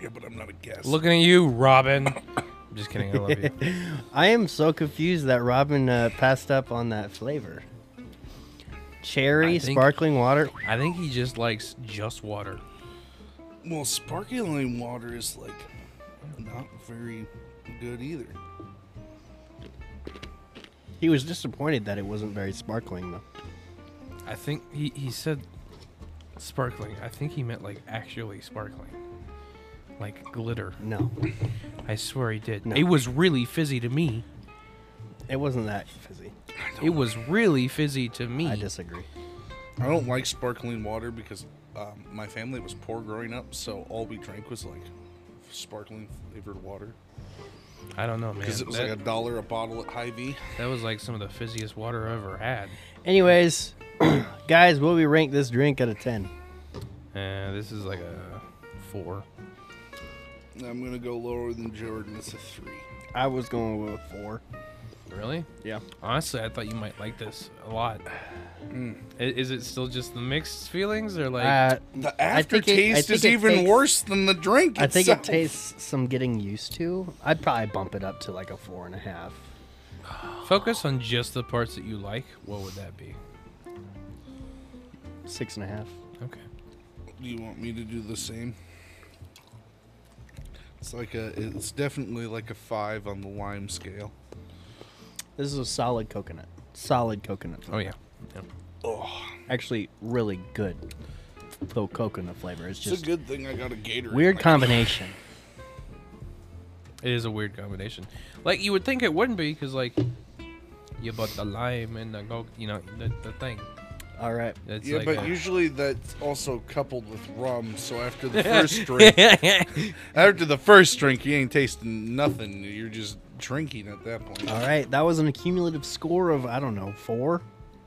[SPEAKER 2] Yeah, but I'm not a guest.
[SPEAKER 1] Looking at you, Robin. [coughs] I'm just kidding. I love you.
[SPEAKER 3] I am so confused that Robin uh, passed up on that flavor. Cherry
[SPEAKER 1] I think-
[SPEAKER 3] sparkling water.
[SPEAKER 1] I think he just likes just water.
[SPEAKER 2] well, sparkling water is like not very good either.
[SPEAKER 3] He was disappointed that it wasn't very sparkling though.
[SPEAKER 1] I think he, he said sparkling. I think he meant like actually sparkling. Like glitter.
[SPEAKER 3] No,
[SPEAKER 1] I swear he did.
[SPEAKER 3] No.
[SPEAKER 1] It was really fizzy to me.
[SPEAKER 3] it wasn't that fizzy.
[SPEAKER 1] It was really fizzy to me.
[SPEAKER 3] I disagree.
[SPEAKER 2] I don't like sparkling water because um, my family was poor growing up, so all we drank was like sparkling flavored water
[SPEAKER 1] I don't know, man.
[SPEAKER 2] because it was
[SPEAKER 1] that,
[SPEAKER 2] like a dollar a bottle at Hy-Vee.
[SPEAKER 1] that was like some of the fizziest water I ever had.
[SPEAKER 3] Anyways, [clears throat] guys, will we rank this drink out of ten?
[SPEAKER 1] Uh, this is like a four.
[SPEAKER 2] I'm gonna go lower than Jordan. It's a three.
[SPEAKER 3] I was going with four.
[SPEAKER 1] Really?
[SPEAKER 3] Yeah.
[SPEAKER 1] Honestly, I thought you might like this a lot. I- Is it still just the mixed feelings or like?
[SPEAKER 3] Uh,
[SPEAKER 2] The
[SPEAKER 3] I think it- I
[SPEAKER 2] aftertaste
[SPEAKER 3] think
[SPEAKER 2] is
[SPEAKER 3] it
[SPEAKER 2] even
[SPEAKER 3] takes-
[SPEAKER 2] worse than the drink.
[SPEAKER 3] I think
[SPEAKER 2] itself.
[SPEAKER 1] [laughs]
[SPEAKER 3] it tastes some getting used to. I'd probably bump it up to like a four and a half.
[SPEAKER 1] focus on just the parts that you like. What would that be?
[SPEAKER 3] Six and a half.
[SPEAKER 1] Okay.
[SPEAKER 2] Do you want me to do the same? It's like a. It's definitely like a five on the lime scale.
[SPEAKER 3] This is a solid coconut. Solid coconut.
[SPEAKER 1] Oh yeah. yeah.
[SPEAKER 3] Actually, really good fo- coconut flavor. It's
[SPEAKER 2] It's
[SPEAKER 3] just
[SPEAKER 2] a good thing I got a Gatorade.
[SPEAKER 3] weird
[SPEAKER 2] like-
[SPEAKER 3] combination.
[SPEAKER 1] It is a weird combination. Like you would think it wouldn't be because like you bought the lime and the go, you know, the, the thing.
[SPEAKER 3] All right.
[SPEAKER 1] It's
[SPEAKER 2] Yeah,
[SPEAKER 1] like uh,
[SPEAKER 2] but
[SPEAKER 1] a- [laughs]
[SPEAKER 2] usually that's also coupled with rum. So after
[SPEAKER 3] [laughs]
[SPEAKER 2] the first drink, after the first drink, you ain't tasting nothing. You're just drinking at that point.
[SPEAKER 3] All right. That was an accumulative score of I don't know four.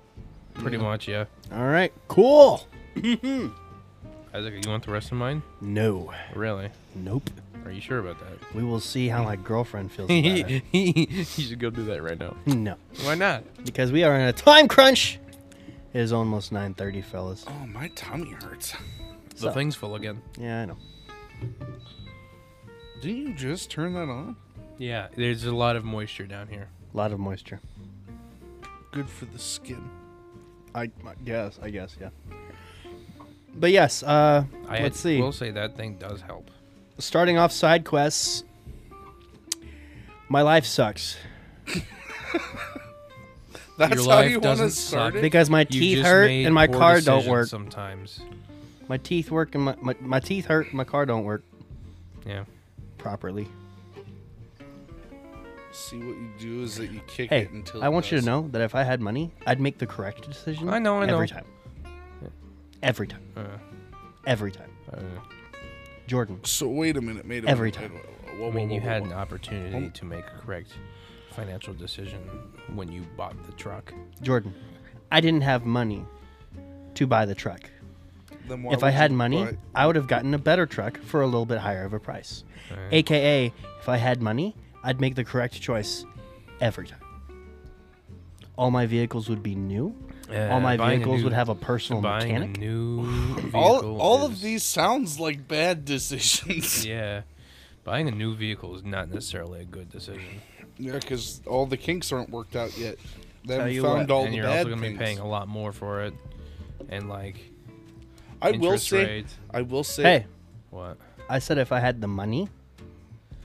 [SPEAKER 1] [laughs] pretty much, yeah.
[SPEAKER 3] All right. Cool.
[SPEAKER 1] Isaac, you want the rest of mine?
[SPEAKER 3] No.
[SPEAKER 1] Really?
[SPEAKER 3] Nope.
[SPEAKER 1] Are you sure about [laughs] that?
[SPEAKER 3] We will see how my girlfriend feels about it.
[SPEAKER 1] [laughs] you should go do that right now.
[SPEAKER 3] No,
[SPEAKER 1] Why not?
[SPEAKER 3] because we are in a time crunch. It is almost 9:30, fellas.
[SPEAKER 2] Oh, my tummy hurts.
[SPEAKER 1] The
[SPEAKER 3] So-
[SPEAKER 1] thing's full again.
[SPEAKER 3] Yeah, I know.
[SPEAKER 2] Didn't you just turn that on?
[SPEAKER 1] Yeah, there's a lot of moisture down here.
[SPEAKER 3] A lot of moisture.
[SPEAKER 2] Good for the skin.
[SPEAKER 3] I guess. I guess. Yeah. But yes. Uh,
[SPEAKER 1] I
[SPEAKER 3] let's see.
[SPEAKER 1] will say that thing does help.
[SPEAKER 3] starting off side quests. My life sucks
[SPEAKER 2] That's
[SPEAKER 1] Your
[SPEAKER 2] how
[SPEAKER 1] life
[SPEAKER 2] you want
[SPEAKER 1] doesn't
[SPEAKER 2] to start
[SPEAKER 1] suck
[SPEAKER 2] it.
[SPEAKER 3] because my
[SPEAKER 1] You
[SPEAKER 3] teeth
[SPEAKER 1] just
[SPEAKER 3] hurt
[SPEAKER 1] made
[SPEAKER 3] and my
[SPEAKER 1] poor
[SPEAKER 3] car don't
[SPEAKER 1] decisions
[SPEAKER 3] work.
[SPEAKER 1] Sometimes.
[SPEAKER 3] My teeth work and my, my, my teeth hurt. and My car don't work
[SPEAKER 1] Yeah.
[SPEAKER 3] properly.
[SPEAKER 2] See what you do is that you kick
[SPEAKER 3] Hey,
[SPEAKER 2] it until.
[SPEAKER 3] I
[SPEAKER 2] it
[SPEAKER 3] want you to
[SPEAKER 2] does.
[SPEAKER 3] know that if I had money, I'd make the correct decision.
[SPEAKER 1] I know, I know.
[SPEAKER 3] Every time. Every time.
[SPEAKER 1] Uh,
[SPEAKER 3] Every time.
[SPEAKER 1] uh,
[SPEAKER 3] Jordan.
[SPEAKER 2] So wait a minute, mate.
[SPEAKER 3] Every
[SPEAKER 2] wait,
[SPEAKER 3] time.
[SPEAKER 2] Wait, wait, whoa,
[SPEAKER 1] I mean,
[SPEAKER 2] whoa,
[SPEAKER 1] you
[SPEAKER 2] whoa,
[SPEAKER 1] had
[SPEAKER 2] whoa.
[SPEAKER 1] an opportunity
[SPEAKER 3] Oh.
[SPEAKER 2] Hold-
[SPEAKER 1] to make a correct financial decision when you bought the truck.
[SPEAKER 3] Jordan. I didn't have money to buy the truck.
[SPEAKER 2] Then why
[SPEAKER 3] if I
[SPEAKER 2] would
[SPEAKER 3] had
[SPEAKER 2] you
[SPEAKER 3] money,
[SPEAKER 2] buy-
[SPEAKER 3] I would have gotten a better truck for a little bit higher of a price. AKA, if I had money, I'd make the correct choice every time. All my vehicles would be new.
[SPEAKER 1] Uh,
[SPEAKER 3] all my
[SPEAKER 1] buying a
[SPEAKER 3] vehicles
[SPEAKER 1] new-
[SPEAKER 3] would have a personal
[SPEAKER 1] Buying
[SPEAKER 3] mechanic.
[SPEAKER 1] a new vehicle
[SPEAKER 2] [laughs] all all of
[SPEAKER 1] is-
[SPEAKER 2] these sounds like bad decisions.
[SPEAKER 1] Yeah. Buying a new vehicle is not necessarily a good decision.
[SPEAKER 2] Yeah, because all the kinks aren't worked out yet. They
[SPEAKER 3] Tell
[SPEAKER 2] haven't
[SPEAKER 3] you
[SPEAKER 2] found
[SPEAKER 3] what,
[SPEAKER 2] all
[SPEAKER 1] and
[SPEAKER 2] the
[SPEAKER 1] you're
[SPEAKER 2] bad
[SPEAKER 1] also gonna
[SPEAKER 2] things.
[SPEAKER 1] be paying a lot more for it. And like
[SPEAKER 2] I will
[SPEAKER 1] interest
[SPEAKER 2] say,
[SPEAKER 1] rates.
[SPEAKER 2] I will say,
[SPEAKER 3] Hey,
[SPEAKER 1] what?
[SPEAKER 3] I said if I had the money,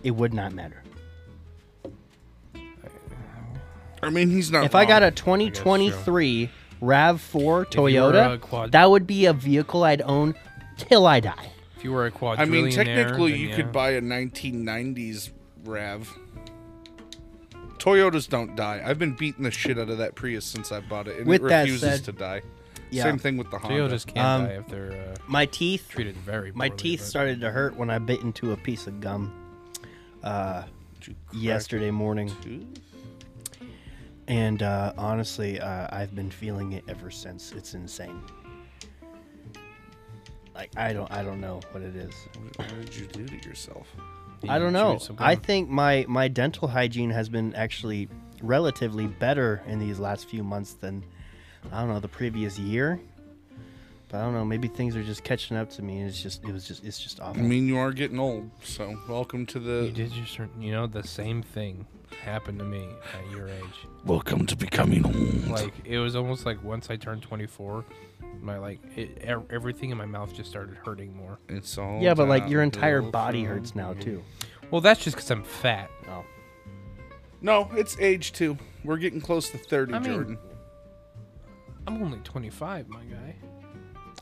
[SPEAKER 3] it would not matter.
[SPEAKER 2] I mean, he's not.
[SPEAKER 3] If I got a
[SPEAKER 2] wrong.
[SPEAKER 3] 2023 RAV4
[SPEAKER 1] If you were
[SPEAKER 3] Toyota,
[SPEAKER 1] a quad-
[SPEAKER 3] that would be a vehicle I'd own till I die.
[SPEAKER 1] If you were a
[SPEAKER 2] I
[SPEAKER 1] quadrillionaire,
[SPEAKER 2] mean, technically,
[SPEAKER 1] then
[SPEAKER 2] you
[SPEAKER 1] yeah.
[SPEAKER 2] could buy a 1990s Rav. Toyotas don't die. I've been beating the shit out of that Prius since I bought it, and
[SPEAKER 3] With
[SPEAKER 2] it
[SPEAKER 3] that
[SPEAKER 2] refuses
[SPEAKER 3] said-
[SPEAKER 2] to die.
[SPEAKER 3] Yeah.
[SPEAKER 2] Same thing with the Honda.
[SPEAKER 1] Toyotas can
[SPEAKER 3] Um,
[SPEAKER 1] die if they're uh,
[SPEAKER 3] My teeth,
[SPEAKER 1] treated very.
[SPEAKER 3] my
[SPEAKER 1] poorly,
[SPEAKER 3] teeth
[SPEAKER 1] but-
[SPEAKER 3] started to hurt when I bit into a piece of gum
[SPEAKER 2] Did you crack
[SPEAKER 3] yesterday morning,
[SPEAKER 2] a tooth?
[SPEAKER 3] and uh, honestly, uh, I've been feeling it ever since. It's insane. Like I don't, I don't know what it is.
[SPEAKER 2] What, what did you do to yourself?
[SPEAKER 3] I don't know.
[SPEAKER 1] Chewed some
[SPEAKER 3] I
[SPEAKER 1] gum.
[SPEAKER 3] think my my dental hygiene has been actually relatively better in these last few months than I don't know the previous year. But I don't know. Maybe things are just catching up to me. And it's just it was just it's just
[SPEAKER 2] I
[SPEAKER 3] awful.
[SPEAKER 2] mean, you are getting old, so welcome to
[SPEAKER 1] [laughs] you
[SPEAKER 2] the.
[SPEAKER 1] did just you know the same thing happened to me at your
[SPEAKER 2] [laughs]
[SPEAKER 1] age.
[SPEAKER 2] Welcome to becoming old.
[SPEAKER 1] Like it was almost like once I turned 24, my like it, e- everything in my mouth just started hurting more.
[SPEAKER 2] it's all.
[SPEAKER 3] yeah, but like your entire
[SPEAKER 2] downhill
[SPEAKER 3] body
[SPEAKER 2] from
[SPEAKER 3] hurts now
[SPEAKER 2] here.
[SPEAKER 3] too.
[SPEAKER 1] Well, that's just because I'm fat.
[SPEAKER 3] Oh,
[SPEAKER 2] No, it's age too. We're getting close to thirty,
[SPEAKER 1] I mean-
[SPEAKER 2] Jordan.
[SPEAKER 1] I'm only 25, my guy.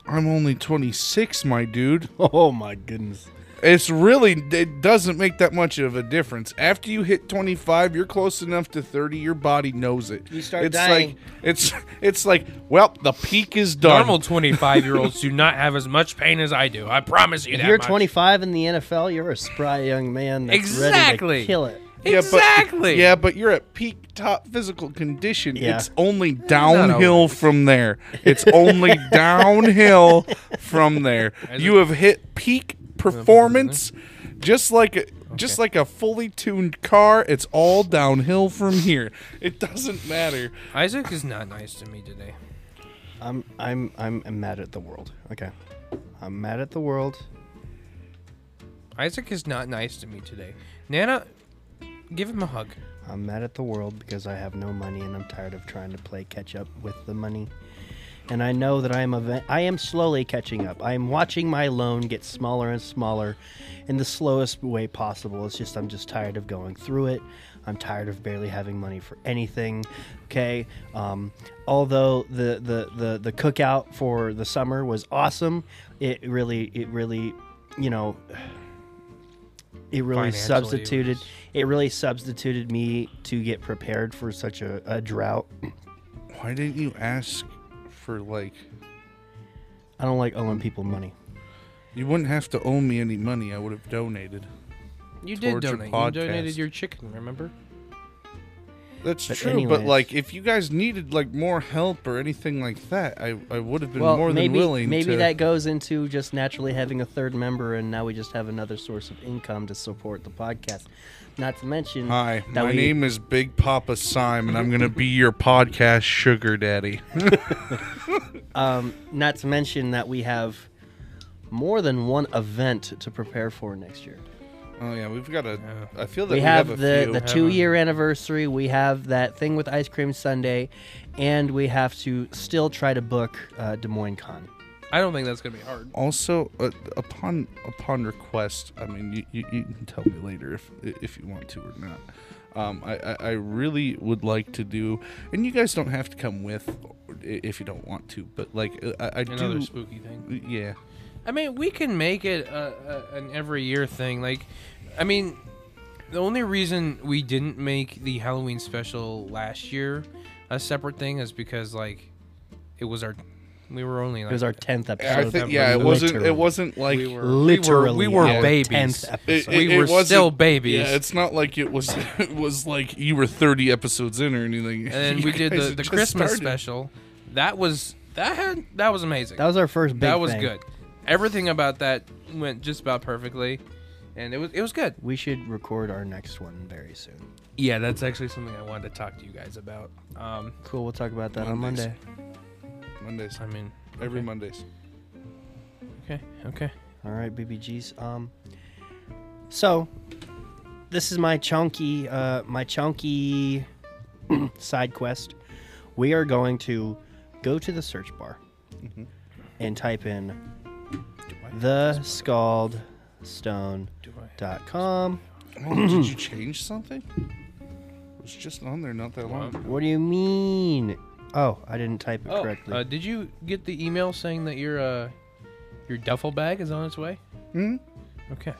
[SPEAKER 2] I'm only 26, my dude.
[SPEAKER 3] oh [laughs] my goodness.
[SPEAKER 2] It's really it doesn't make that much of a difference. After you hit 25, you're close enough to 30. Your body knows it.
[SPEAKER 3] You start
[SPEAKER 2] it's
[SPEAKER 3] dying.
[SPEAKER 2] Like, it's it's like well, the peak is done.
[SPEAKER 1] Normal 25 year olds do not have as much pain as I do. I promise you
[SPEAKER 3] If
[SPEAKER 1] that.
[SPEAKER 3] you're
[SPEAKER 1] much.
[SPEAKER 3] 25 in the NFL, you're a spry young man. That's Ready
[SPEAKER 1] Exactly.
[SPEAKER 3] to kill it.
[SPEAKER 2] Yeah, but-
[SPEAKER 1] Exactly.
[SPEAKER 2] yeah, but you're at peak top physical condition.
[SPEAKER 3] Yeah.
[SPEAKER 2] It's only
[SPEAKER 1] not
[SPEAKER 2] downhill from there. It's only downhill from there. You have hit peak performance, just like a, just like a fully tuned car. It's all downhill from here. It doesn't matter.
[SPEAKER 1] Isaac is not nice to me today.
[SPEAKER 3] I'm I'm I'm, I'm mad at the world. Okay, I'm mad at the world.
[SPEAKER 1] Isaac is not nice to me today. Nana, give him a hug.
[SPEAKER 3] I'm mad at the world because I have no money and I'm tired of trying to play catch up with the money. And I know that I am event- I am slowly catching up. I am watching my loan get smaller and smaller in the slowest way possible. It's just I'm just tired of going through it. I'm tired of barely having money for anything. Okay. Um, although the, the, the, the cookout for the summer was awesome, it really it really you know it really
[SPEAKER 1] Financially, it
[SPEAKER 3] substituted
[SPEAKER 1] was-
[SPEAKER 3] it really substituted me to get prepared for such a, a drought.
[SPEAKER 2] Why didn't you ask for like?
[SPEAKER 3] I don't like owing people money.
[SPEAKER 2] You wouldn't have to owe me any money. I would have donated.
[SPEAKER 1] You did
[SPEAKER 2] Towards your
[SPEAKER 1] donate.
[SPEAKER 2] podcast.
[SPEAKER 1] You donated your chicken, remember?
[SPEAKER 2] That's
[SPEAKER 3] But
[SPEAKER 2] true, but
[SPEAKER 3] anyways.
[SPEAKER 2] like, if you guys needed like more help or anything like that, I, I would have been
[SPEAKER 3] Well,
[SPEAKER 2] more
[SPEAKER 3] maybe
[SPEAKER 2] than willing.
[SPEAKER 3] maybe
[SPEAKER 2] to...
[SPEAKER 3] that goes into just naturally having a third member, and now we just have another source of income to support the podcast. Not to
[SPEAKER 2] [laughs]
[SPEAKER 3] mention,
[SPEAKER 2] Hi,
[SPEAKER 3] that
[SPEAKER 2] my
[SPEAKER 3] we-
[SPEAKER 2] name is Big Papa Sime, and I'm gonna be your podcast sugar daddy. [laughs]
[SPEAKER 3] um, not to mention that we have more than one event to prepare for next year.
[SPEAKER 2] oh yeah, we've got a. I feel that
[SPEAKER 3] we have,
[SPEAKER 2] a
[SPEAKER 3] the,
[SPEAKER 2] few.
[SPEAKER 3] the two year anniversary. We have that thing with ice cream Sunday, and we have to still try to book uh, Des Moines Con.
[SPEAKER 1] I don't think that's gonna be hard.
[SPEAKER 2] also, uh, upon upon request, I mean, you, you, you can tell me later if if you want to or not. Um, I, I, I really would like to do, and you guys don't have to come with i- if you don't want to, but like uh, I, I
[SPEAKER 1] Another
[SPEAKER 2] do.
[SPEAKER 1] spooky thing.
[SPEAKER 2] Yeah,
[SPEAKER 1] I mean, we can make it a, a, an every year thing. Like, I mean, the only reason we didn't make the Halloween special last year a separate thing is because like it was our we were only like
[SPEAKER 3] It was our tenth episode.
[SPEAKER 2] I think yeah, it wasn't it wasn't like
[SPEAKER 1] we were
[SPEAKER 3] Literally,
[SPEAKER 1] we were, we were
[SPEAKER 3] our
[SPEAKER 1] babies.
[SPEAKER 3] 10th episode.
[SPEAKER 1] We were
[SPEAKER 2] wasn't-
[SPEAKER 1] still babies.
[SPEAKER 2] Yeah, it's not like it was [laughs] it was like you were 30 episodes in or anything. [laughs]
[SPEAKER 1] and
[SPEAKER 2] You
[SPEAKER 1] we did
[SPEAKER 2] guys
[SPEAKER 1] the,
[SPEAKER 2] had
[SPEAKER 1] the
[SPEAKER 2] just
[SPEAKER 1] Christmas
[SPEAKER 2] started.
[SPEAKER 1] special. That was that had that was amazing.
[SPEAKER 3] That was our first big.
[SPEAKER 1] that was
[SPEAKER 3] thing.
[SPEAKER 1] good. Everything about that went just about perfectly, and it was it was good.
[SPEAKER 3] We should record our next one very soon.
[SPEAKER 1] Yeah, that's actually something I wanted to talk to you guys about. Um,
[SPEAKER 3] Cool. We'll talk about that
[SPEAKER 2] Mondays.
[SPEAKER 3] on Monday.
[SPEAKER 2] Mondays.
[SPEAKER 1] I mean,
[SPEAKER 2] Every
[SPEAKER 1] okay,
[SPEAKER 2] Mondays.
[SPEAKER 1] Okay, okay.
[SPEAKER 3] All right, BBGs. Um, so this is my chunky, uh, my chunky [clears throat] side quest. We are going to go to the search bar
[SPEAKER 2] Mm-hmm.
[SPEAKER 3] and type in the scald stone
[SPEAKER 1] Do I?
[SPEAKER 3] dot com.
[SPEAKER 2] Oh, did you change something? It was just on there not that long.
[SPEAKER 3] What do you mean? Oh, I didn't type it
[SPEAKER 1] Oh,
[SPEAKER 3] correctly.
[SPEAKER 1] uh, did you get the email saying that your uh, your duffel bag is on its way?
[SPEAKER 2] Hmm?
[SPEAKER 1] Okay.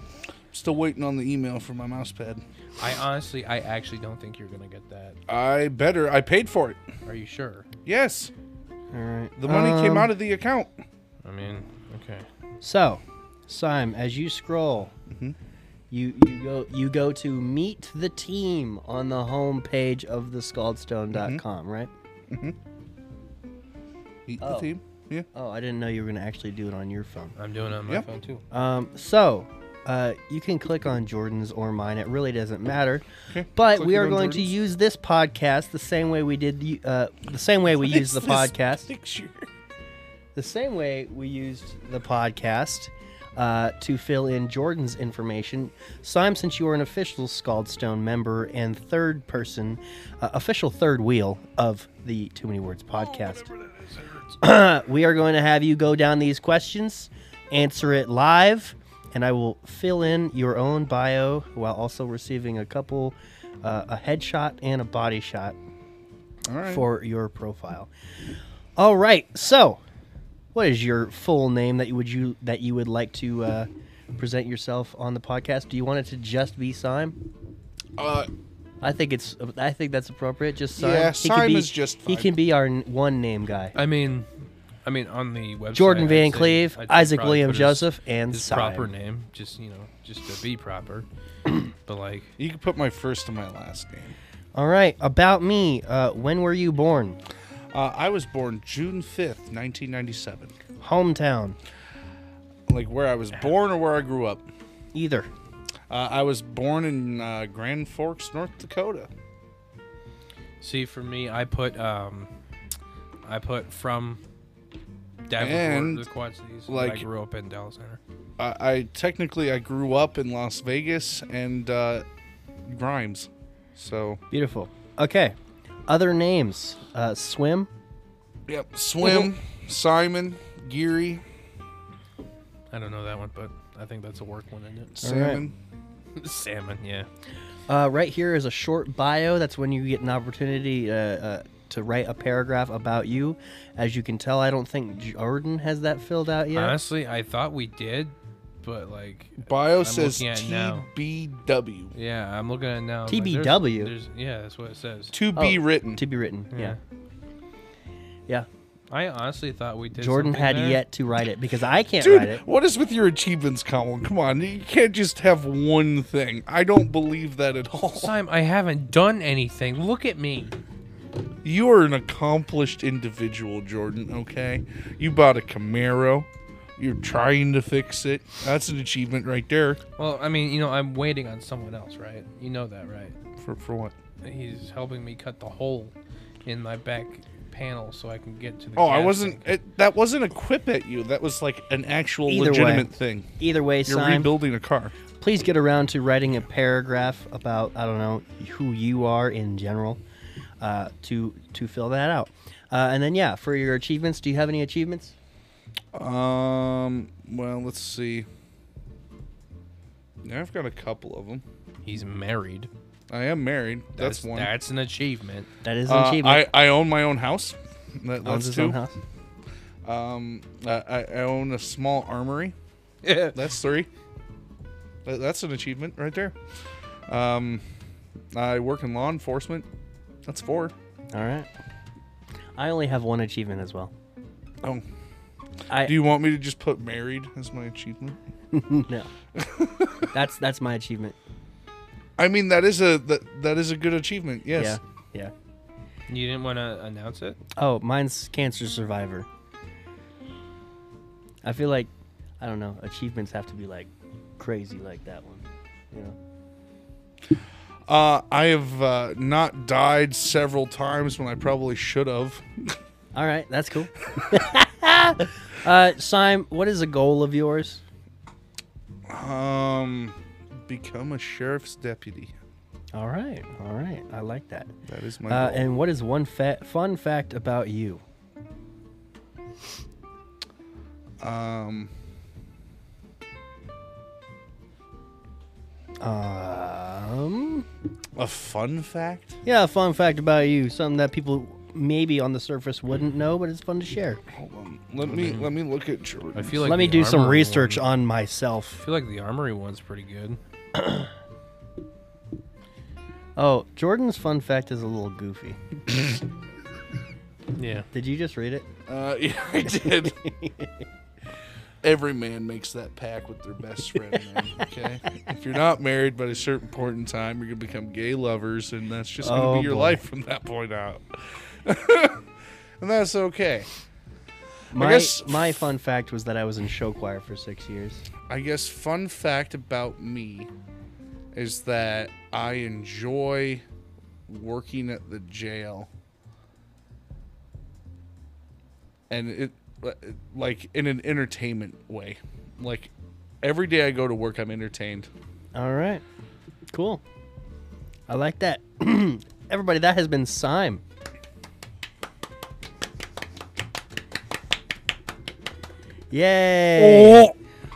[SPEAKER 2] Still waiting on the email for my mouse pad.
[SPEAKER 1] I honestly, I actually don't think you're gonna get that.
[SPEAKER 2] I better. I paid for it.
[SPEAKER 1] Are you sure?
[SPEAKER 2] Yes.
[SPEAKER 3] All right.
[SPEAKER 2] The money came
[SPEAKER 3] Um,
[SPEAKER 2] out of the account.
[SPEAKER 1] I mean, okay.
[SPEAKER 3] So, Sime, as you scroll,
[SPEAKER 2] Mm-hmm.
[SPEAKER 3] you you go you go to meet the team on the home page of the
[SPEAKER 2] Mm-hmm.
[SPEAKER 3] scaldstone.com, right?
[SPEAKER 2] Eat the
[SPEAKER 3] Oh.
[SPEAKER 2] team. Yeah.
[SPEAKER 3] Oh, I didn't know you were going to actually do it on your phone.
[SPEAKER 1] I'm doing it on my
[SPEAKER 2] Yep.
[SPEAKER 1] phone too.
[SPEAKER 3] Um, so, uh, you can click on Jordan's or mine. It really doesn't matter. But we
[SPEAKER 2] clicking
[SPEAKER 3] are
[SPEAKER 2] on
[SPEAKER 3] going to
[SPEAKER 2] Jordan's.
[SPEAKER 3] use this podcast the same way we did the, uh, the same
[SPEAKER 2] [laughs]
[SPEAKER 3] way we used the podcast the same way we used the podcast uh, to fill in Jordan's information. Sime, since you are an official Scaldstone member and third person, uh, official third wheel of the Too Many Words podcast, [clears throat] we are going to have you go down these questions, answer it live, and I will fill in your own bio while also receiving a couple, uh, a headshot and a body shot
[SPEAKER 2] All right.
[SPEAKER 3] for your profile. All right. So, what is your full name that you would you that you would like to uh, present yourself on the podcast? Do you want it to just be Sime?
[SPEAKER 2] Uh,
[SPEAKER 3] I think it's I think that's appropriate. Just Sime.
[SPEAKER 2] Yeah,
[SPEAKER 3] He could
[SPEAKER 2] Sime
[SPEAKER 3] be-
[SPEAKER 2] is just
[SPEAKER 3] He
[SPEAKER 2] fine.
[SPEAKER 3] can be our n- one name guy.
[SPEAKER 1] I mean, I mean, on the website,
[SPEAKER 3] Jordan
[SPEAKER 1] I'd
[SPEAKER 3] Van
[SPEAKER 1] say-
[SPEAKER 3] Cleve,
[SPEAKER 1] I'd say
[SPEAKER 3] Isaac
[SPEAKER 1] probably
[SPEAKER 3] William
[SPEAKER 1] put his-
[SPEAKER 3] Joseph, and
[SPEAKER 1] his
[SPEAKER 3] Sime.
[SPEAKER 1] proper name, just you know, just to be proper. [clears throat] but like,
[SPEAKER 2] you can put my first and my last name.
[SPEAKER 3] All right. About me. Uh, when were you born?
[SPEAKER 2] Uh, I was born June 5th, 1997.
[SPEAKER 3] Hometown.
[SPEAKER 2] Like where I was born or where I grew up.
[SPEAKER 3] Either.
[SPEAKER 2] Uh, I was born in uh, Grand Forks, North Dakota.
[SPEAKER 1] see, for me, I put um, I put from
[SPEAKER 2] And,
[SPEAKER 1] Davenport, the Quad Cities. but
[SPEAKER 2] like-
[SPEAKER 1] I grew up in Dallas Center.
[SPEAKER 2] I, Uh, I technically I grew up in Las Vegas and uh, Grimes, so
[SPEAKER 3] Beautiful. Okay. Other names. Uh, swim.
[SPEAKER 2] yep. Swim,
[SPEAKER 1] Mm-hmm.
[SPEAKER 2] Simon, Geary,
[SPEAKER 1] I don't know that one, but I think that's a work one, [laughs] isn't
[SPEAKER 2] Salmon.
[SPEAKER 1] it? Salmon, yeah.
[SPEAKER 3] Uh, right here is a short bio. That's when you get an opportunity uh, uh, to write a paragraph about you. As you can tell, I don't think Jordan has that filled out yet.
[SPEAKER 1] Honestly, I thought we did, but like,
[SPEAKER 2] Bio
[SPEAKER 1] I'm
[SPEAKER 2] says
[SPEAKER 1] looking at it now.
[SPEAKER 2] TBW.
[SPEAKER 1] yeah, I'm looking at it now. I'm like, there's-
[SPEAKER 3] TBW.
[SPEAKER 1] there's- yeah, that's what it says.
[SPEAKER 2] To be
[SPEAKER 3] Oh,
[SPEAKER 2] written.
[SPEAKER 3] To be written. Yeah. Yeah.
[SPEAKER 1] I honestly thought we did.
[SPEAKER 3] Jordan
[SPEAKER 1] something
[SPEAKER 3] had
[SPEAKER 1] there.
[SPEAKER 3] yet to write it because I can't write
[SPEAKER 2] Dude,
[SPEAKER 3] it.
[SPEAKER 2] what is with your achievements column? Come on, you can't just have one thing. I don't believe that at all.
[SPEAKER 1] Time I haven't done anything. Look at me.
[SPEAKER 2] You are an accomplished individual, Jordan, okay? You bought a Camaro. You're trying to fix it. That's an achievement right there.
[SPEAKER 1] Well, I mean, you know, I'm waiting on someone else, right? You know that, right?
[SPEAKER 2] For, for what?
[SPEAKER 1] He's helping me cut the hole in my back panel so I can get to the.
[SPEAKER 2] Oh, I
[SPEAKER 1] gas
[SPEAKER 2] wasn't.
[SPEAKER 1] tank.
[SPEAKER 2] It, that wasn't a quip at you. That was like an actual
[SPEAKER 3] Either way.
[SPEAKER 2] legitimate thing.
[SPEAKER 3] Either way,
[SPEAKER 2] You're
[SPEAKER 3] Sime,
[SPEAKER 2] rebuilding a car.
[SPEAKER 3] please get around to writing a paragraph about I don't know who you are in general uh, to to fill that out. Uh, and then yeah, for your achievements, do you have any achievements?
[SPEAKER 2] Um. Well, let's see. Yeah, I've got a couple of them.
[SPEAKER 1] He's married.
[SPEAKER 2] I am married. That's, one.
[SPEAKER 1] That's an
[SPEAKER 2] [laughs]
[SPEAKER 1] achievement.
[SPEAKER 3] That is an
[SPEAKER 2] Uh,
[SPEAKER 3] achievement.
[SPEAKER 2] I I own my own house. That, that's
[SPEAKER 3] Owns his
[SPEAKER 2] two.
[SPEAKER 3] own house.
[SPEAKER 2] Um. I, I I own a small armory.
[SPEAKER 1] Yeah.
[SPEAKER 2] That's three. That, that's an achievement right there. Um. I work in law enforcement. That's four.
[SPEAKER 3] All right. I only have one achievement as well.
[SPEAKER 2] Oh.
[SPEAKER 3] I
[SPEAKER 2] Do you want me to just put married as my achievement? [laughs]
[SPEAKER 3] no. that's that's my achievement.
[SPEAKER 2] I mean, that is a that, that is a good achievement. Yes.
[SPEAKER 3] Yeah. Yeah.
[SPEAKER 1] You didn't want to announce it?
[SPEAKER 3] Oh, mine's cancer survivor. I feel like I don't know, achievements have to be like crazy like that one. You know.
[SPEAKER 2] Uh, I have uh, not died several times when I probably should have.
[SPEAKER 3] All right,
[SPEAKER 2] [laughs]
[SPEAKER 3] that's cool. uh Sime, what is a goal of yours?
[SPEAKER 2] Um, become a sheriff's deputy.
[SPEAKER 3] All right. All right. I like that.
[SPEAKER 2] That is my
[SPEAKER 3] Uh,
[SPEAKER 2] goal.
[SPEAKER 3] and what is one fa- fun fact about you?
[SPEAKER 2] um,
[SPEAKER 3] Um
[SPEAKER 2] a fun fact.
[SPEAKER 3] Yeah, a fun fact about you, something that people maybe on the surface wouldn't know, but it's fun to share.
[SPEAKER 2] Hold on. Let me let me look at Jordan.
[SPEAKER 1] I feel like
[SPEAKER 3] Let me
[SPEAKER 1] the
[SPEAKER 3] do some
[SPEAKER 1] armory
[SPEAKER 3] research
[SPEAKER 1] one-
[SPEAKER 3] on
[SPEAKER 1] I
[SPEAKER 3] myself.
[SPEAKER 1] feel like the armory one's pretty good.
[SPEAKER 3] Oh, Jordan's fun fact is a little goofy.
[SPEAKER 1] Yeah.
[SPEAKER 3] Did you just read it?
[SPEAKER 2] Uh, [laughs] yeah, I did. Every man makes that pact with their best friend. Man, okay, if you're not married by a certain point in time, you're gonna become gay lovers, and that's just gonna
[SPEAKER 3] Oh,
[SPEAKER 2] be your [laughs]
[SPEAKER 3] boy.
[SPEAKER 2] life from that point out. and that's okay.
[SPEAKER 3] My
[SPEAKER 2] guess-
[SPEAKER 3] my fun fact was that I was in show choir for six years.
[SPEAKER 2] I guess fun fact about me is that I enjoy working at the jail. And it like in an entertainment way. Like every day I go to work I'm
[SPEAKER 3] [laughs]
[SPEAKER 2] entertained.
[SPEAKER 3] All right, cool. I like that. [clears throat] Everybody, that has been Sime. Yay!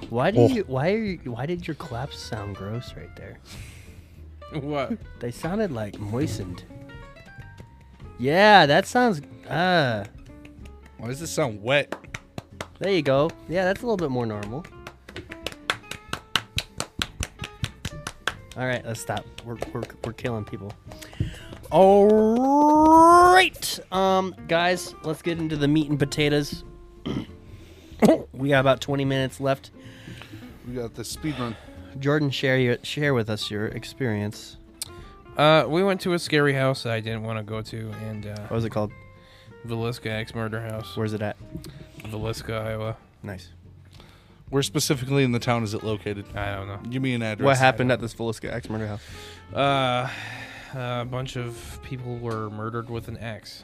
[SPEAKER 3] Why did you? Why are you? Why did your claps sound gross right there?
[SPEAKER 1] What?
[SPEAKER 3] They sounded like moistened. Yeah, that sounds. Ah,
[SPEAKER 2] Why does this sound wet?
[SPEAKER 3] there you go. Yeah, that's a little bit more normal. All right, let's stop. We're, we're, we're killing people. All right, um, guys, let's get into the meat and potatoes. [clears throat] we got about 20 minutes left.
[SPEAKER 2] We got the speed run.
[SPEAKER 3] Jordan, share your, share with us your experience.
[SPEAKER 1] Uh, we went to a scary house that I didn't want to go to, and uh,
[SPEAKER 3] What was it called?
[SPEAKER 1] Velisca Axe Murder House,
[SPEAKER 3] Where's it at?
[SPEAKER 1] Velisca, Iowa.
[SPEAKER 3] Nice.
[SPEAKER 2] Where specifically in the town is it located?
[SPEAKER 1] I don't know.
[SPEAKER 2] Give me an address.
[SPEAKER 3] What happened at this Velisca Axe murder house?
[SPEAKER 1] Uh, a bunch of people were murdered with an axe.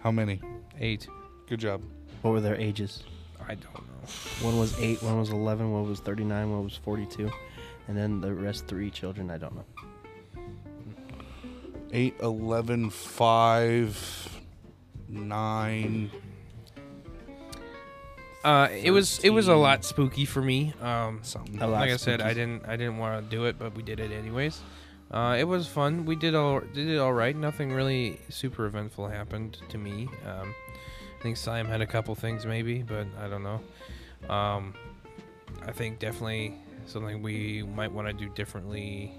[SPEAKER 2] How many?
[SPEAKER 1] Eight.
[SPEAKER 2] Good job.
[SPEAKER 3] What were their ages?
[SPEAKER 1] I don't know.
[SPEAKER 3] One was eight, one was 11, one was 39, one was 42. And then the rest three children, I don't know.
[SPEAKER 2] 8, 11, 5, 9.
[SPEAKER 1] Uh, it was it was a lot spooky for me. Um,
[SPEAKER 2] Something.
[SPEAKER 3] A lot
[SPEAKER 1] like I
[SPEAKER 3] of
[SPEAKER 1] said, I
[SPEAKER 3] spookies.
[SPEAKER 1] didn't I didn't want to do it, but we did it anyways. Uh, it was fun. We did all did it all right. Nothing really super eventful happened to me. Um, I think Sime had a couple things maybe, but I don't know. Um, I think definitely something we might want to do differently.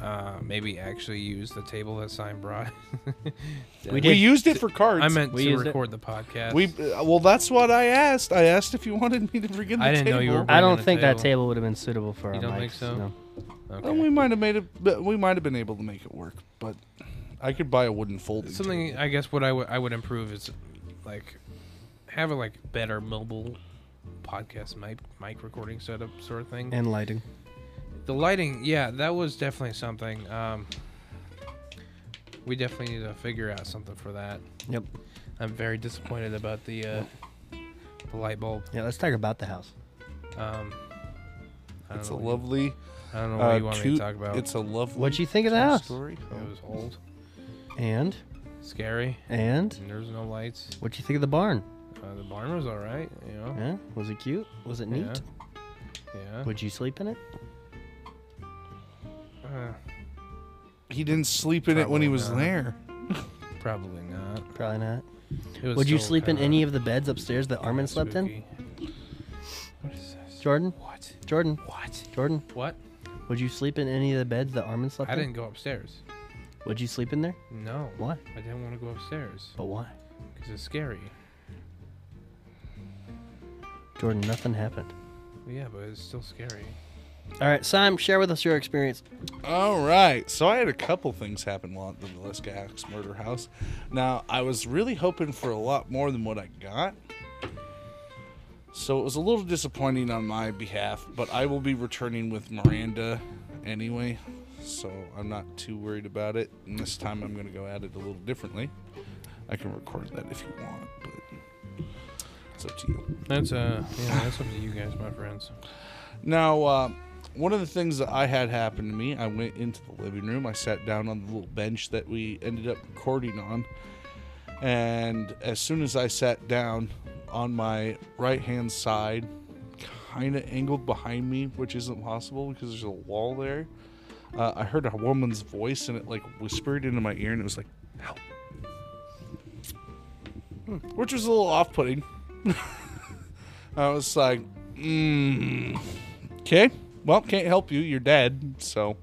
[SPEAKER 1] Uh, maybe actually use the table that Sime brought. [laughs]
[SPEAKER 3] We
[SPEAKER 2] We
[SPEAKER 3] did.
[SPEAKER 2] used it for cards.
[SPEAKER 1] I meant
[SPEAKER 3] We
[SPEAKER 1] to
[SPEAKER 3] used it.
[SPEAKER 1] record the podcast.
[SPEAKER 2] We uh, well, that's what I asked. I asked if you wanted me to bring the
[SPEAKER 1] I didn't know
[SPEAKER 2] table.
[SPEAKER 1] you were-
[SPEAKER 3] I don't
[SPEAKER 1] Bringing a
[SPEAKER 3] think that
[SPEAKER 1] table.
[SPEAKER 3] table would have been suitable for our
[SPEAKER 1] You don't think
[SPEAKER 3] mics,
[SPEAKER 1] so?
[SPEAKER 3] no.
[SPEAKER 1] Okay.
[SPEAKER 2] Well, we might have made it. but We might have been able to make it work, but I could buy a wooden folding.
[SPEAKER 1] something
[SPEAKER 2] table.
[SPEAKER 1] I guess what I would I would improve is like have a like better mobile podcast mic mic recording setup sort of thing.
[SPEAKER 3] And lighting.
[SPEAKER 1] the lighting, yeah, that was definitely something. Um, we definitely need to figure out something for that.
[SPEAKER 3] Yep.
[SPEAKER 1] I'm very disappointed about the uh, the light bulb.
[SPEAKER 3] Yeah, let's talk about the house.
[SPEAKER 1] Um, I don't
[SPEAKER 2] It's a
[SPEAKER 1] know what
[SPEAKER 2] lovely.
[SPEAKER 1] You, I don't know what
[SPEAKER 2] Uh,
[SPEAKER 1] you want me
[SPEAKER 2] cute-
[SPEAKER 1] to talk about.
[SPEAKER 2] It's a lovely.
[SPEAKER 3] What'd you think of the
[SPEAKER 2] kind
[SPEAKER 3] house?
[SPEAKER 2] Story.
[SPEAKER 1] it was old,
[SPEAKER 3] And,
[SPEAKER 1] scary,
[SPEAKER 3] and,
[SPEAKER 1] and there's no lights.
[SPEAKER 3] what'd you think of the barn?
[SPEAKER 1] Uh, the barn was all right, you know.
[SPEAKER 3] Yeah? Was it cute? Was it neat?
[SPEAKER 1] Yeah.
[SPEAKER 3] Would you sleep in it?
[SPEAKER 1] Uh,
[SPEAKER 2] He didn't sleep in it when he
[SPEAKER 1] Probably
[SPEAKER 2] was
[SPEAKER 1] not.
[SPEAKER 2] there.
[SPEAKER 1] probably not.
[SPEAKER 3] Probably not.
[SPEAKER 1] It was
[SPEAKER 3] Would you
[SPEAKER 1] still
[SPEAKER 3] sleep in
[SPEAKER 1] kinda
[SPEAKER 3] any of the beds upstairs that Armin slept in?
[SPEAKER 1] spooky. What is this?
[SPEAKER 3] Jordan?
[SPEAKER 1] What?
[SPEAKER 3] Jordan?
[SPEAKER 1] What?
[SPEAKER 3] Jordan?
[SPEAKER 1] What?
[SPEAKER 3] Would you sleep in any of the beds that Armin slept
[SPEAKER 1] I
[SPEAKER 3] in?
[SPEAKER 1] didn't go upstairs.
[SPEAKER 3] Would you sleep in there?
[SPEAKER 1] No.
[SPEAKER 3] Why?
[SPEAKER 1] I didn't want to go upstairs
[SPEAKER 3] But why?
[SPEAKER 1] because it's scary.
[SPEAKER 3] Jordan, nothing happened.
[SPEAKER 1] Yeah, but it's still scary.
[SPEAKER 3] All right, Sam, share with us your experience.
[SPEAKER 2] All right. So I had a couple things happen while at the Valeska Axe Murder House. Now, I was really hoping for a lot more than what I got. So it was a little disappointing on my behalf, but I will be returning with Miranda anyway. So I'm not too worried about it. And this time I'm going to go at it a little differently. I can record that if you want, but it's up to you.
[SPEAKER 1] That's uh, yeah, that's up to you guys, my friends.
[SPEAKER 2] Now, uh, one of the things that I had happen to me, I went into the living room. I sat down on the little bench that we ended up recording on. And as soon as I sat down on my right hand side, kind of angled behind me, which isn't possible because there's a wall there, uh, I heard a woman's voice and it like whispered into my ear and it was like, help. Hmm. Which was a little off putting. [laughs] I was like, mm, okay, well, can't help you. You're dead. So.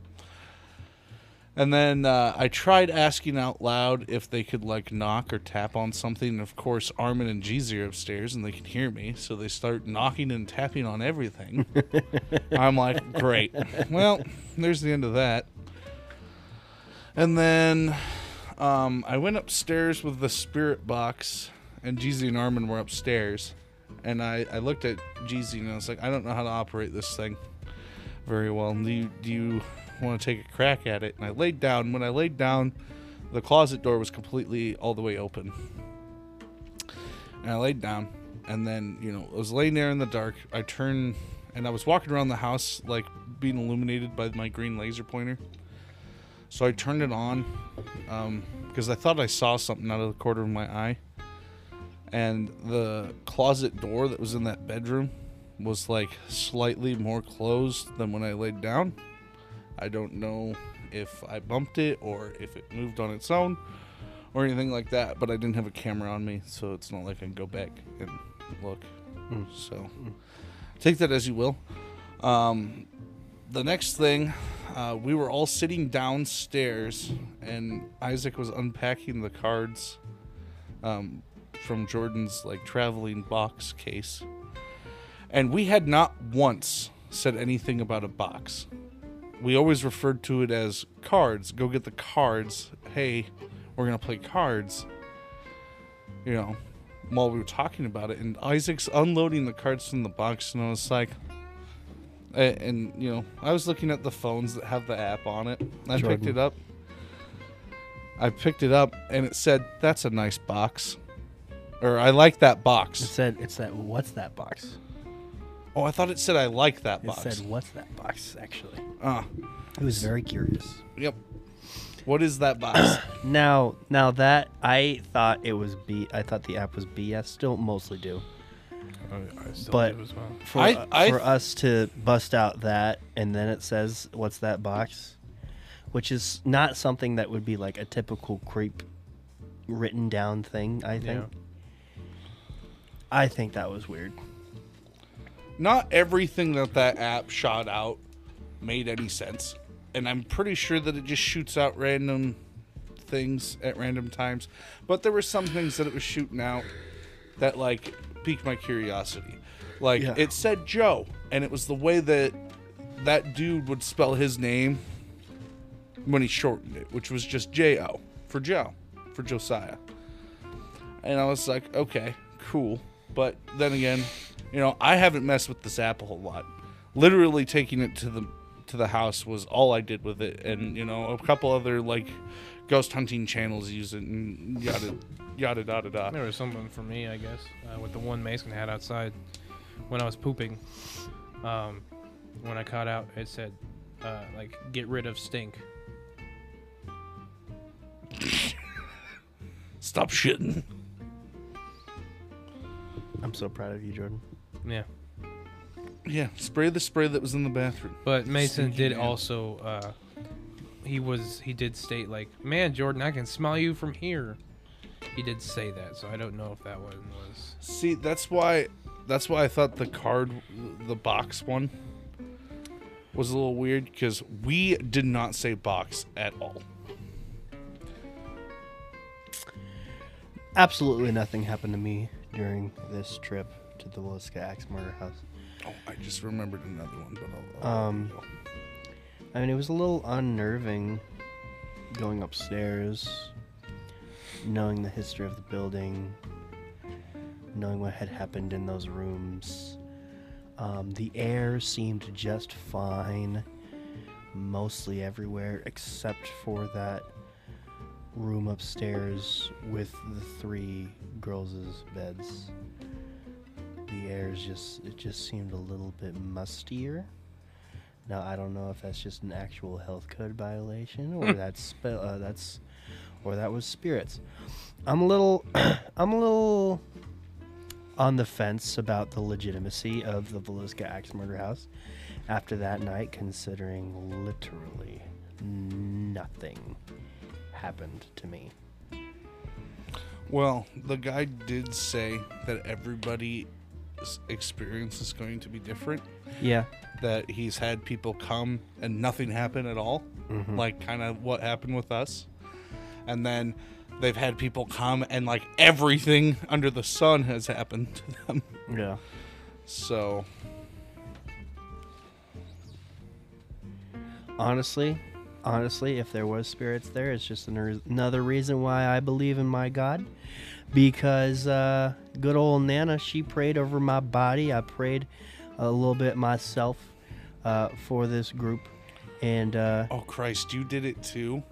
[SPEAKER 2] And then uh, I tried asking out loud if they could like knock or tap on something. And of course, Armin and Jeezy are upstairs and they can hear me. So they start knocking and tapping on everything. I'm like, great. Well, there's the end of that. And then um, I went upstairs with the spirit box and Jeezy and Armin were upstairs, and I, I looked at Jeezy and I was like, I don't know how to operate this thing very well. Do you, do you want to take a crack at it? And I laid down. When I laid down, the closet door was completely all the way open. And I laid down, and then you know I was laying there in the dark. I turned, and I was walking around the house like being illuminated by my green laser pointer. So I turned it on because um, I thought I saw something out of the corner of my eye. And the closet door that was in that bedroom was like slightly more closed than when I laid down. I don't know if I bumped it or if it moved on its own or anything like that, but I didn't have a camera on me, so it's not like I can go back and look. So take that as you will. Um, the next thing, uh, we were all sitting downstairs, and Isaac was unpacking the cards um, from Jordan's like traveling box case, and we had not once said anything about a box. We always referred to it as cards. Go get the cards. Hey, we're gonna play cards. You know, while we were talking about it, and Isaac's unloading the cards from the box, and I was like, a- and you know, I was looking at the phones that have the app on it. I picked
[SPEAKER 3] Jordan.
[SPEAKER 2] it up. I picked it up, and it said, "That's a nice box," or "I like that
[SPEAKER 3] It
[SPEAKER 2] box."
[SPEAKER 3] said it's that what's that box?
[SPEAKER 2] Oh, I thought it said, "I like that
[SPEAKER 3] It
[SPEAKER 2] box."
[SPEAKER 3] said what's that box actually.
[SPEAKER 2] Ah,
[SPEAKER 3] I was very curious.
[SPEAKER 2] yep. What is that box?
[SPEAKER 3] Now, now that I thought it was B, I thought the app was BS. Still, mostly do.
[SPEAKER 1] I still
[SPEAKER 3] But-
[SPEAKER 1] do as well.
[SPEAKER 3] For,
[SPEAKER 2] I-
[SPEAKER 3] uh,
[SPEAKER 2] I-
[SPEAKER 3] for us to bust out that, and then it says, "What's that box?" Which is not something that would be like a typical creep written down thing. I think. I think that was weird.
[SPEAKER 2] [coughs] not everything that that app shot out made any sense and i'm pretty sure that it just shoots out random things at random times but there were some things that it was shooting out that like piqued my curiosity like
[SPEAKER 3] Yeah.
[SPEAKER 2] it said joe and it was the way that that dude would spell his name when he shortened it which was just j-o for joe for josiah and I was like, okay, cool. But then again, you know, I haven't messed with this app a whole lot. Literally taking it to the to the house was all I did with it, and you know, a couple other like ghost hunting channels use it, and yada yada da da da.
[SPEAKER 1] There was something for me, I guess, uh, with the one Mason had outside when I was pooping. Um, when I caught out, it said, uh, like, get rid of stink.
[SPEAKER 2] Stop shitting.
[SPEAKER 3] I'm so proud of you, Jordan.
[SPEAKER 1] Yeah.
[SPEAKER 2] Yeah, spray the spray that was in the bathroom.
[SPEAKER 1] But Mason
[SPEAKER 2] Stinky
[SPEAKER 1] did
[SPEAKER 2] man.
[SPEAKER 1] also, uh, he was, he did state, like, man, Jordan, I can smell you from here. He did say that, so I don't know if that one was.
[SPEAKER 2] See, that's why that's why I thought the card the box one was a little weird because we did not say box at all.
[SPEAKER 3] Absolutely nothing happened to me during this trip to the Williska Axe Murder House.
[SPEAKER 2] Oh, I just remembered another one, but I'll. I'll
[SPEAKER 3] Um, I mean, it was a little unnerving going upstairs, knowing the history of the building, knowing what had happened in those rooms. Um, the air seemed just fine, mostly everywhere except for that room upstairs with the three girls' beds. The air is just it just seemed a little bit mustier. Now I don't know if that's just an actual health code violation or that's spell uh, that's or that was spirits. I'm a little [coughs] I'm a little on the fence about the legitimacy of the Veluska Axe Murder House after that night, considering literally nothing happened to me.
[SPEAKER 2] Well, the guy did say that everybody's experience is going to be different.
[SPEAKER 3] Yeah.
[SPEAKER 2] That he's had people come and nothing happened at all, like kind of what happened with us. And then they've had people come and like everything under the sun has happened to them. [laughs]
[SPEAKER 3] Yeah.
[SPEAKER 2] So
[SPEAKER 3] Honestly, honestly, if there was spirits there, it's just an- another reason why I believe in my God. Because uh, good old Nana, she prayed over my body. I prayed a little bit myself uh, for this group. And uh,
[SPEAKER 2] Oh Christ, you did it too.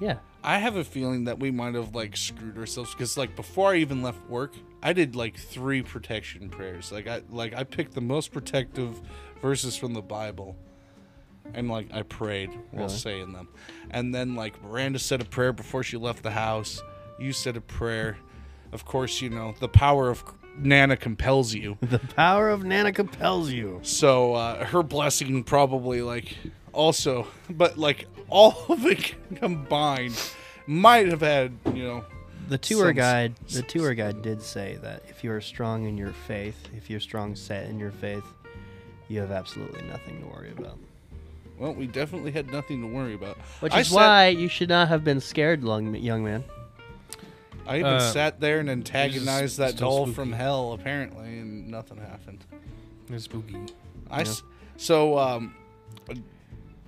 [SPEAKER 3] yeah,
[SPEAKER 2] I have a feeling that we might have like screwed ourselves because like before I even left work, I did like three protection prayers. Like I like I picked the most protective verses from the Bible, and like I prayed while
[SPEAKER 3] Really?
[SPEAKER 2] saying them. And then like Miranda said a prayer before she left the house. You said a prayer. Of course, you know the power of Nana compels you.
[SPEAKER 3] [laughs] the power of Nana compels you.
[SPEAKER 2] So uh, her blessing probably like also, but like all of it [laughs] combined might have had you know.
[SPEAKER 3] The tour
[SPEAKER 2] Some-
[SPEAKER 3] guide, the tour guide did say that if you are strong in your faith, if you're strong set in your faith, you have absolutely nothing to worry about.
[SPEAKER 2] Well, we definitely had nothing to worry about.
[SPEAKER 3] Which
[SPEAKER 2] I
[SPEAKER 3] is
[SPEAKER 2] sat-
[SPEAKER 3] why you should not have been scared, long, young man.
[SPEAKER 2] I even
[SPEAKER 1] Uh,
[SPEAKER 2] sat there and antagonized that
[SPEAKER 1] still
[SPEAKER 2] doll
[SPEAKER 1] spooky.
[SPEAKER 2] from hell, apparently, and nothing happened.
[SPEAKER 1] It's spooky.
[SPEAKER 2] I s- so um,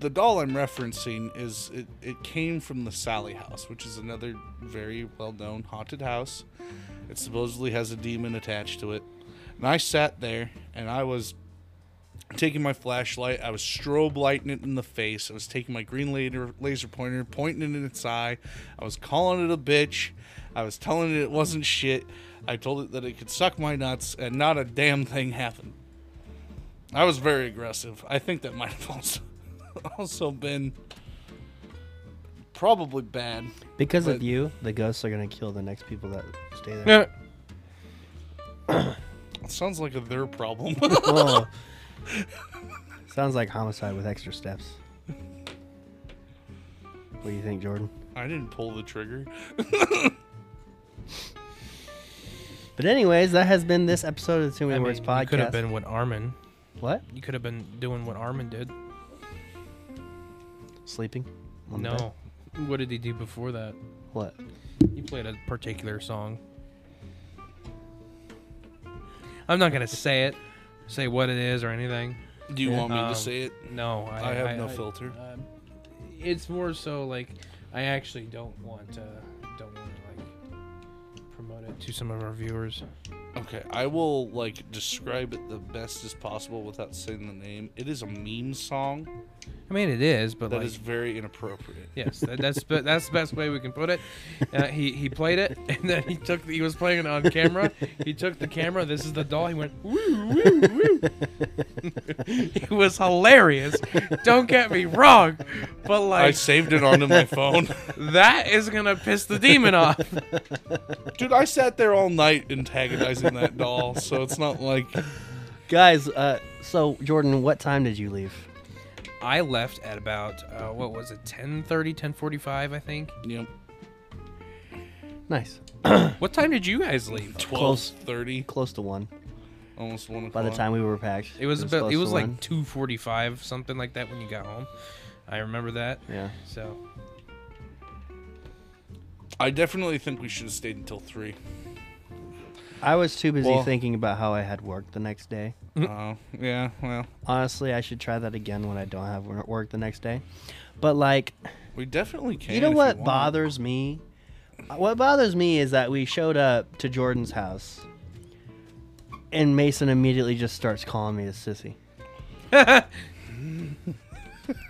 [SPEAKER 2] the doll I'm referencing is it, it came from the Sally House, which is another very well-known haunted house. It supposedly has a demon attached to it, and I sat there and I was taking my flashlight. I was strobe lighting it in the face. I was taking my green laser, laser pointer, pointing it in its eye. I was calling it a bitch. I was telling it it wasn't shit. I told it that it could suck my nuts, and not a damn thing happened. I was very aggressive. I think that might have [laughs] also, also been probably bad.
[SPEAKER 3] Because of
[SPEAKER 2] But-
[SPEAKER 3] you, the ghosts are gonna kill the next people that stay
[SPEAKER 1] [laughs]
[SPEAKER 3] there.
[SPEAKER 1] Yeah.
[SPEAKER 2] It sounds like a their problem. [laughs]
[SPEAKER 3] Whoa. Oh. Sounds like homicide with extra steps. What do you think, Jordan?
[SPEAKER 2] I didn't pull the trigger.
[SPEAKER 3] But anyways, that has been this episode of the Too Many
[SPEAKER 1] I
[SPEAKER 3] Words
[SPEAKER 1] mean, You
[SPEAKER 3] podcast.
[SPEAKER 1] could have been what Armin.
[SPEAKER 3] what?
[SPEAKER 1] You could have been doing what Armin did.
[SPEAKER 3] Sleeping? On the bed?
[SPEAKER 1] No. What did he do before that?
[SPEAKER 3] What?
[SPEAKER 1] He played a particular song. I'm not gonna say it, say what it is or anything.
[SPEAKER 2] Do you want me
[SPEAKER 1] Um,
[SPEAKER 2] to say it?
[SPEAKER 1] No, I,
[SPEAKER 2] I have no filter.
[SPEAKER 1] um, it's more so like I actually don't want to, don't want to like promote it to some of our viewers.
[SPEAKER 2] Okay, I will like describe it the best as possible without saying the name. It is a meme song
[SPEAKER 1] I mean, it is, but
[SPEAKER 2] that
[SPEAKER 1] like,
[SPEAKER 2] is [laughs] very inappropriate.
[SPEAKER 1] Yes, that, that's be- that's the best way we can put it. Uh, he he played it, [laughs] and then he took the, he was playing it on camera. He took the camera. This is the doll. He went woo woo woo. it was hilarious. [laughs] Don't get me wrong, but
[SPEAKER 2] I
[SPEAKER 1] like [laughs]
[SPEAKER 2] saved it onto my phone. [laughs]
[SPEAKER 1] that is gonna piss the demon off. [laughs]
[SPEAKER 2] Dude, I sat there all night antagonizing that doll, so it's not like
[SPEAKER 3] [laughs] Guys, uh, so Jordan, what time did you leave?
[SPEAKER 1] I left at about uh, what was it 10:30, 10:45, I think.
[SPEAKER 2] you know
[SPEAKER 3] Nice.
[SPEAKER 1] What time did you guys leave?
[SPEAKER 2] twelve
[SPEAKER 3] Close.
[SPEAKER 2] thirty,
[SPEAKER 3] Close to one.
[SPEAKER 2] almost one
[SPEAKER 3] By
[SPEAKER 2] o'clock.
[SPEAKER 3] the time we were packed,
[SPEAKER 1] It was about
[SPEAKER 3] close
[SPEAKER 1] it
[SPEAKER 3] to
[SPEAKER 1] was like
[SPEAKER 3] one.
[SPEAKER 1] 2:45 something like that when you got home. I remember that.
[SPEAKER 3] Yeah.
[SPEAKER 1] So
[SPEAKER 2] I definitely think we should have stayed until three.
[SPEAKER 3] I was too busy
[SPEAKER 2] Well-
[SPEAKER 3] thinking about how I had work the next day.
[SPEAKER 1] Hmm.
[SPEAKER 2] Oh, yeah. Well,
[SPEAKER 3] Honestly, I should try that again when I don't have wor- work the next day. But like,
[SPEAKER 2] we definitely can.
[SPEAKER 3] you know
[SPEAKER 2] if
[SPEAKER 3] what
[SPEAKER 2] want.
[SPEAKER 3] bothers me? Uh, What bothers me is that we showed up to Jordan's house, and Mason immediately just starts calling me a sissy.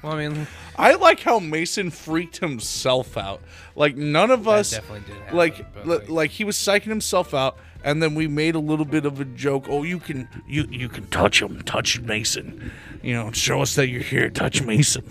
[SPEAKER 1] well, I mean.
[SPEAKER 2] I like how Mason freaked himself out. Like none of us.
[SPEAKER 1] definitely did happen,
[SPEAKER 2] like,
[SPEAKER 1] but,
[SPEAKER 2] li-
[SPEAKER 1] like-
[SPEAKER 2] like, he was psyching himself out, and then we made a little bit of a joke. Oh, you can, you, you can touch him, touch Mason. You know, show us that you're here. Touch
[SPEAKER 1] [laughs]
[SPEAKER 2] Mason.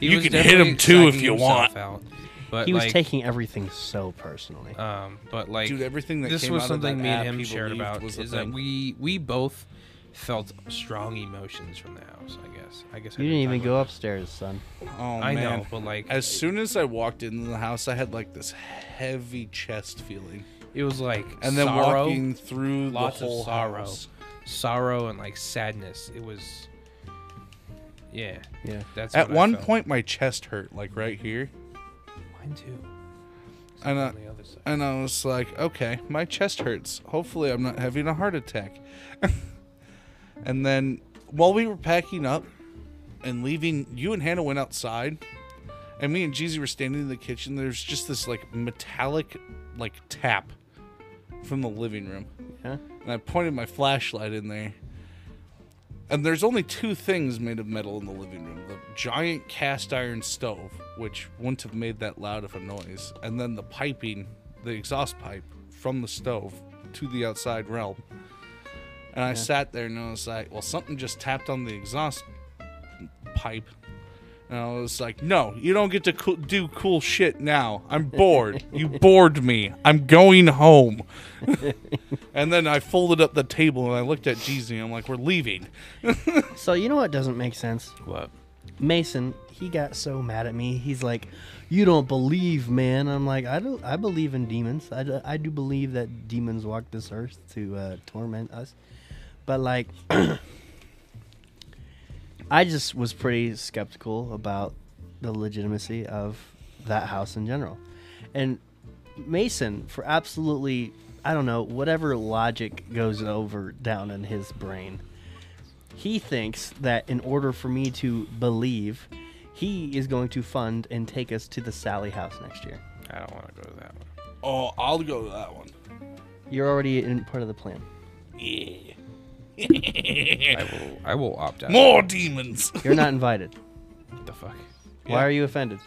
[SPEAKER 1] He
[SPEAKER 2] You
[SPEAKER 1] was
[SPEAKER 2] can hit
[SPEAKER 1] definitely
[SPEAKER 2] him too if
[SPEAKER 1] psyching
[SPEAKER 2] you
[SPEAKER 1] himself
[SPEAKER 2] want.
[SPEAKER 1] out. But
[SPEAKER 3] He
[SPEAKER 1] like,
[SPEAKER 3] was taking everything so personally.
[SPEAKER 2] Uh,
[SPEAKER 1] um, but like,
[SPEAKER 2] Dude, everything that
[SPEAKER 1] this
[SPEAKER 2] came
[SPEAKER 1] was
[SPEAKER 2] out of
[SPEAKER 1] something
[SPEAKER 2] that
[SPEAKER 1] me and
[SPEAKER 2] app
[SPEAKER 1] him
[SPEAKER 2] he
[SPEAKER 1] shared
[SPEAKER 2] believed
[SPEAKER 1] about
[SPEAKER 2] was the
[SPEAKER 1] is that
[SPEAKER 2] thing.
[SPEAKER 1] we we both felt strong emotions from the house. I guess. I guess I
[SPEAKER 3] you didn't even
[SPEAKER 1] talk
[SPEAKER 3] go
[SPEAKER 1] about
[SPEAKER 3] upstairs, son.
[SPEAKER 2] Oh
[SPEAKER 1] that. I
[SPEAKER 2] man.
[SPEAKER 1] know, but like,
[SPEAKER 2] As soon as I walked into the house, I had like this heavy chest feeling,
[SPEAKER 1] it was like
[SPEAKER 2] and then
[SPEAKER 1] sorrow,
[SPEAKER 2] walking through
[SPEAKER 1] lots
[SPEAKER 2] the whole
[SPEAKER 1] of sorrow,
[SPEAKER 2] house.
[SPEAKER 1] sorrow and like sadness. It was, yeah,
[SPEAKER 3] Yeah.
[SPEAKER 1] that's
[SPEAKER 2] At
[SPEAKER 1] what I
[SPEAKER 2] one
[SPEAKER 1] felt.
[SPEAKER 2] point, my chest hurt, like right here,
[SPEAKER 1] Mine too.
[SPEAKER 2] and I,
[SPEAKER 1] On the other side.
[SPEAKER 2] and I was like, okay, my chest hurts. Hopefully, I'm not [laughs] having a heart attack. and then while we were packing up, and leaving you and Hannah went outside, and me and Jeezy were standing in the kitchen. There's just this like metallic, like tap from the living room,
[SPEAKER 3] Yeah.
[SPEAKER 2] and I pointed my flashlight in there. And there's only two things made of metal in the living room: the giant cast iron stove, which wouldn't have made that loud of a noise, and then the piping, the exhaust pipe from the stove to the outside realm. And I sat there and I was like, well, something just tapped on the exhaust pipe. And I was like, no, you don't get to coo- do cool shit now. I'm bored. you bored me. I'm going home. [laughs] and then I folded up the table and I looked at Jeezy and I'm like, we're leaving.
[SPEAKER 3] So you know what doesn't make sense?
[SPEAKER 1] What?
[SPEAKER 3] Mason, he got so mad at me. He's like, "You don't believe, man." I'm like, "I do. I believe in demons. I do, I do believe that demons walk this earth to uh, torment us." But like, [clears throat] I just was pretty skeptical about the legitimacy of that house in general, and Mason for absolutely I don't know whatever logic goes over down in his brain he thinks that in order for me to believe, he is going to fund and take us to the Sally house next year.
[SPEAKER 1] I don't want to go to that one.
[SPEAKER 2] Oh, I'll go to that one.
[SPEAKER 3] You're already in part of the plan.
[SPEAKER 2] Yeah.
[SPEAKER 1] I will. I will opt
[SPEAKER 2] [laughs]
[SPEAKER 1] out.
[SPEAKER 2] More demons.
[SPEAKER 3] You're not invited.
[SPEAKER 1] What the fuck?
[SPEAKER 3] Why are you offended?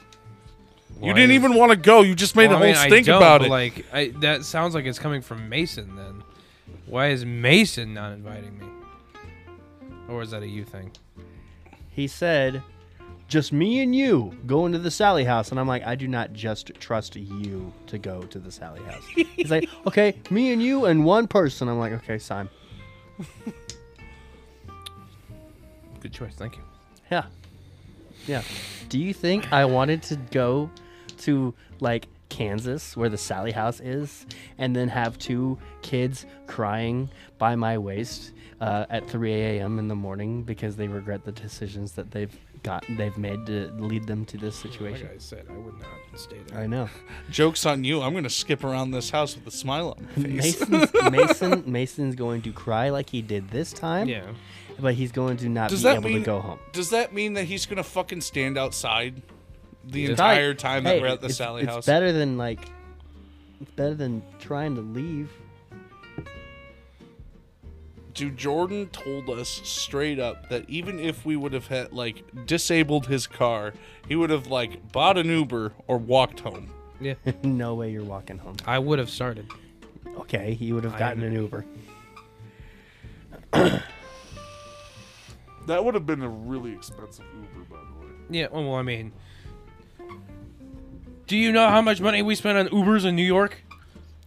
[SPEAKER 2] You didn't even want to go. You just made
[SPEAKER 1] Well,
[SPEAKER 2] a
[SPEAKER 1] I
[SPEAKER 2] whole
[SPEAKER 1] mean, I
[SPEAKER 2] stink
[SPEAKER 1] don't,
[SPEAKER 2] about
[SPEAKER 1] but,
[SPEAKER 2] it.
[SPEAKER 1] Like I, that sounds like it's coming from Mason. Then why is Mason not inviting me? Or is that a you thing?
[SPEAKER 3] He said, "Just me and you going to the Sally house," and I'm like, "I do not just trust you to go to the Sally house." He's like, "Okay, me and you and one person." I'm like, "Okay, sign."
[SPEAKER 1] Good choice. Thank you.
[SPEAKER 3] Yeah. Yeah. Do you think I wanted to go to like Kansas where the Sally house is and then have two kids crying by my waist uh, at 3 a.m. in the morning because they regret the decisions that they've got they've made to lead them to this
[SPEAKER 1] Like
[SPEAKER 3] situation?
[SPEAKER 1] I said, I would not stay there.
[SPEAKER 3] I know.
[SPEAKER 2] Joke's on you. I'm going to skip around this house with a smile on my face.
[SPEAKER 3] Mason's, Mason Mason's going to cry like he did this time.
[SPEAKER 1] Yeah.
[SPEAKER 3] But he's going to not
[SPEAKER 2] Does
[SPEAKER 3] be
[SPEAKER 2] that
[SPEAKER 3] able
[SPEAKER 2] mean-
[SPEAKER 3] to go home.
[SPEAKER 2] Does that mean that he's gonna fucking stand outside the
[SPEAKER 1] Just-
[SPEAKER 2] entire time that
[SPEAKER 3] Hey,
[SPEAKER 2] we're at the
[SPEAKER 3] it's,
[SPEAKER 2] Sally
[SPEAKER 3] it's
[SPEAKER 2] house?
[SPEAKER 3] better than like it's better than trying to leave.
[SPEAKER 2] Dude, Jordan told us straight up that even if we would have had like disabled his car, he would have like bought an Uber or walked home.
[SPEAKER 1] Yeah.
[SPEAKER 3] No way you're walking home.
[SPEAKER 1] I would have started.
[SPEAKER 3] Okay, he would have gotten an Uber.
[SPEAKER 5] That would have been a really expensive Uber, by the way.
[SPEAKER 1] Yeah. oh, Well, I mean, do you know how much money we spent on Ubers in New York?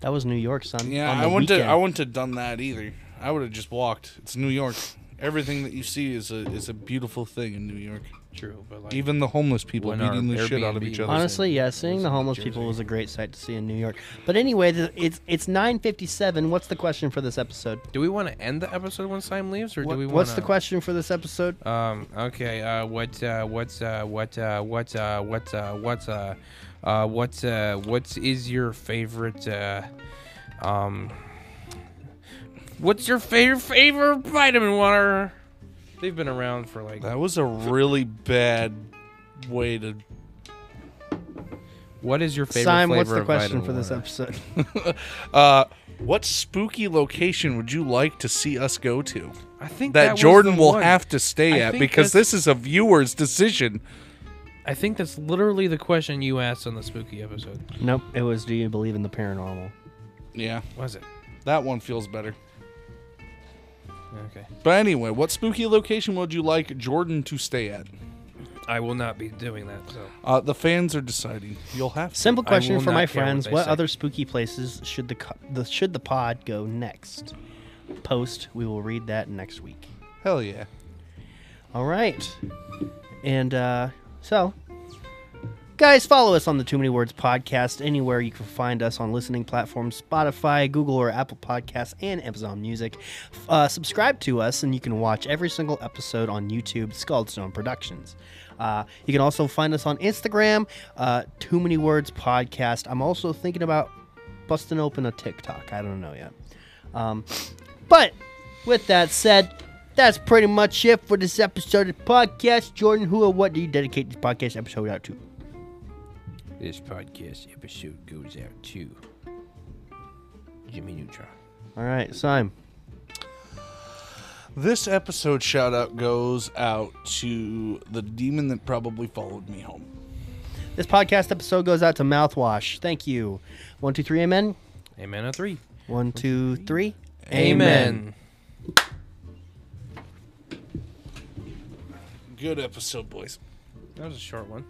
[SPEAKER 3] That was New York, son.
[SPEAKER 2] Yeah,
[SPEAKER 3] on
[SPEAKER 2] I
[SPEAKER 3] the
[SPEAKER 2] wouldn't
[SPEAKER 3] weekend.
[SPEAKER 2] have, I wouldn't have done that either. I would have just walked. It's New York. Everything that you see is a is a beautiful thing in New York.
[SPEAKER 1] True, but like
[SPEAKER 2] Even the homeless people
[SPEAKER 1] When our
[SPEAKER 2] beating the shit out of
[SPEAKER 1] Airbnb
[SPEAKER 2] each other.
[SPEAKER 1] was-
[SPEAKER 3] Honestly, yeah, seeing the homeless
[SPEAKER 1] Jersey.
[SPEAKER 3] people was a great sight to see in New York. But anyway, th- it's it's 9:57. What's the question for this episode?
[SPEAKER 1] Do we want to end the episode when Sam leaves, or
[SPEAKER 3] What-
[SPEAKER 1] do we? Wanna...
[SPEAKER 3] what's the question for this episode?
[SPEAKER 1] Um. Okay. Uh. What? Uh. What's? Uh. What? Uh. What? Uh. What? Uh. What? Uh. Uh. What? Uh. What is your favorite? Uh. Um. What's your favorite favorite vitamin water? They've been around for like.
[SPEAKER 2] that was a really bad way to
[SPEAKER 1] What is your favorite
[SPEAKER 3] Sime,
[SPEAKER 1] flavor
[SPEAKER 3] what's the
[SPEAKER 1] of
[SPEAKER 3] question
[SPEAKER 1] vitamin
[SPEAKER 3] for this
[SPEAKER 1] water?
[SPEAKER 3] episode? [laughs]
[SPEAKER 2] Uh, what spooky location would you like to see us go to
[SPEAKER 1] I think
[SPEAKER 2] that,
[SPEAKER 1] was
[SPEAKER 2] Jordan
[SPEAKER 1] the
[SPEAKER 2] will
[SPEAKER 1] one.
[SPEAKER 2] have to stay
[SPEAKER 1] I
[SPEAKER 2] at
[SPEAKER 1] think
[SPEAKER 2] because
[SPEAKER 1] that's-
[SPEAKER 2] this is a viewer's decision?
[SPEAKER 1] I think that's literally the question you asked on the spooky episode.
[SPEAKER 3] nope, it was do you believe in the paranormal?
[SPEAKER 2] Yeah,
[SPEAKER 1] Was it?
[SPEAKER 2] that one feels better.
[SPEAKER 1] Okay.
[SPEAKER 2] But anyway, what spooky location would you like Jordan to stay at?
[SPEAKER 1] I will not be doing that. So.
[SPEAKER 2] Uh, the fans are deciding. You'll have to.
[SPEAKER 3] Simple
[SPEAKER 1] I
[SPEAKER 3] question
[SPEAKER 1] will
[SPEAKER 3] for
[SPEAKER 1] not
[SPEAKER 3] my
[SPEAKER 1] care what
[SPEAKER 3] friends:
[SPEAKER 1] they
[SPEAKER 3] What
[SPEAKER 1] say.
[SPEAKER 3] other spooky places should the, co- the should the pod go next? Post, we will read that next week.
[SPEAKER 2] Hell yeah.
[SPEAKER 3] All right. And uh, so, guys, follow us on the Too Many Words podcast anywhere you can find us on listening platforms Spotify, Google, or Apple Podcasts, and Amazon Music. F- Uh, subscribe to us, and you can watch every single episode on YouTube, Scaldstone Productions. Uh, you can also find us on Instagram, uh, Too Many Words Podcast. I'm also thinking about busting open a TikTok. I don't know yet. Um, but with that said, That's pretty much it for this episode of the podcast. Jordan, who or what do you dedicate this podcast episode out to?
[SPEAKER 1] This podcast episode goes out to Jimmy Neutron.
[SPEAKER 3] All right, Sime.
[SPEAKER 2] This episode shout out goes out to the demon that probably followed me home.
[SPEAKER 3] This podcast episode goes out to Mouthwash. Thank you. One, two, three, amen.
[SPEAKER 1] Amen. A three.
[SPEAKER 3] One, two, three.
[SPEAKER 2] Good episode, boys.
[SPEAKER 1] That was a short one.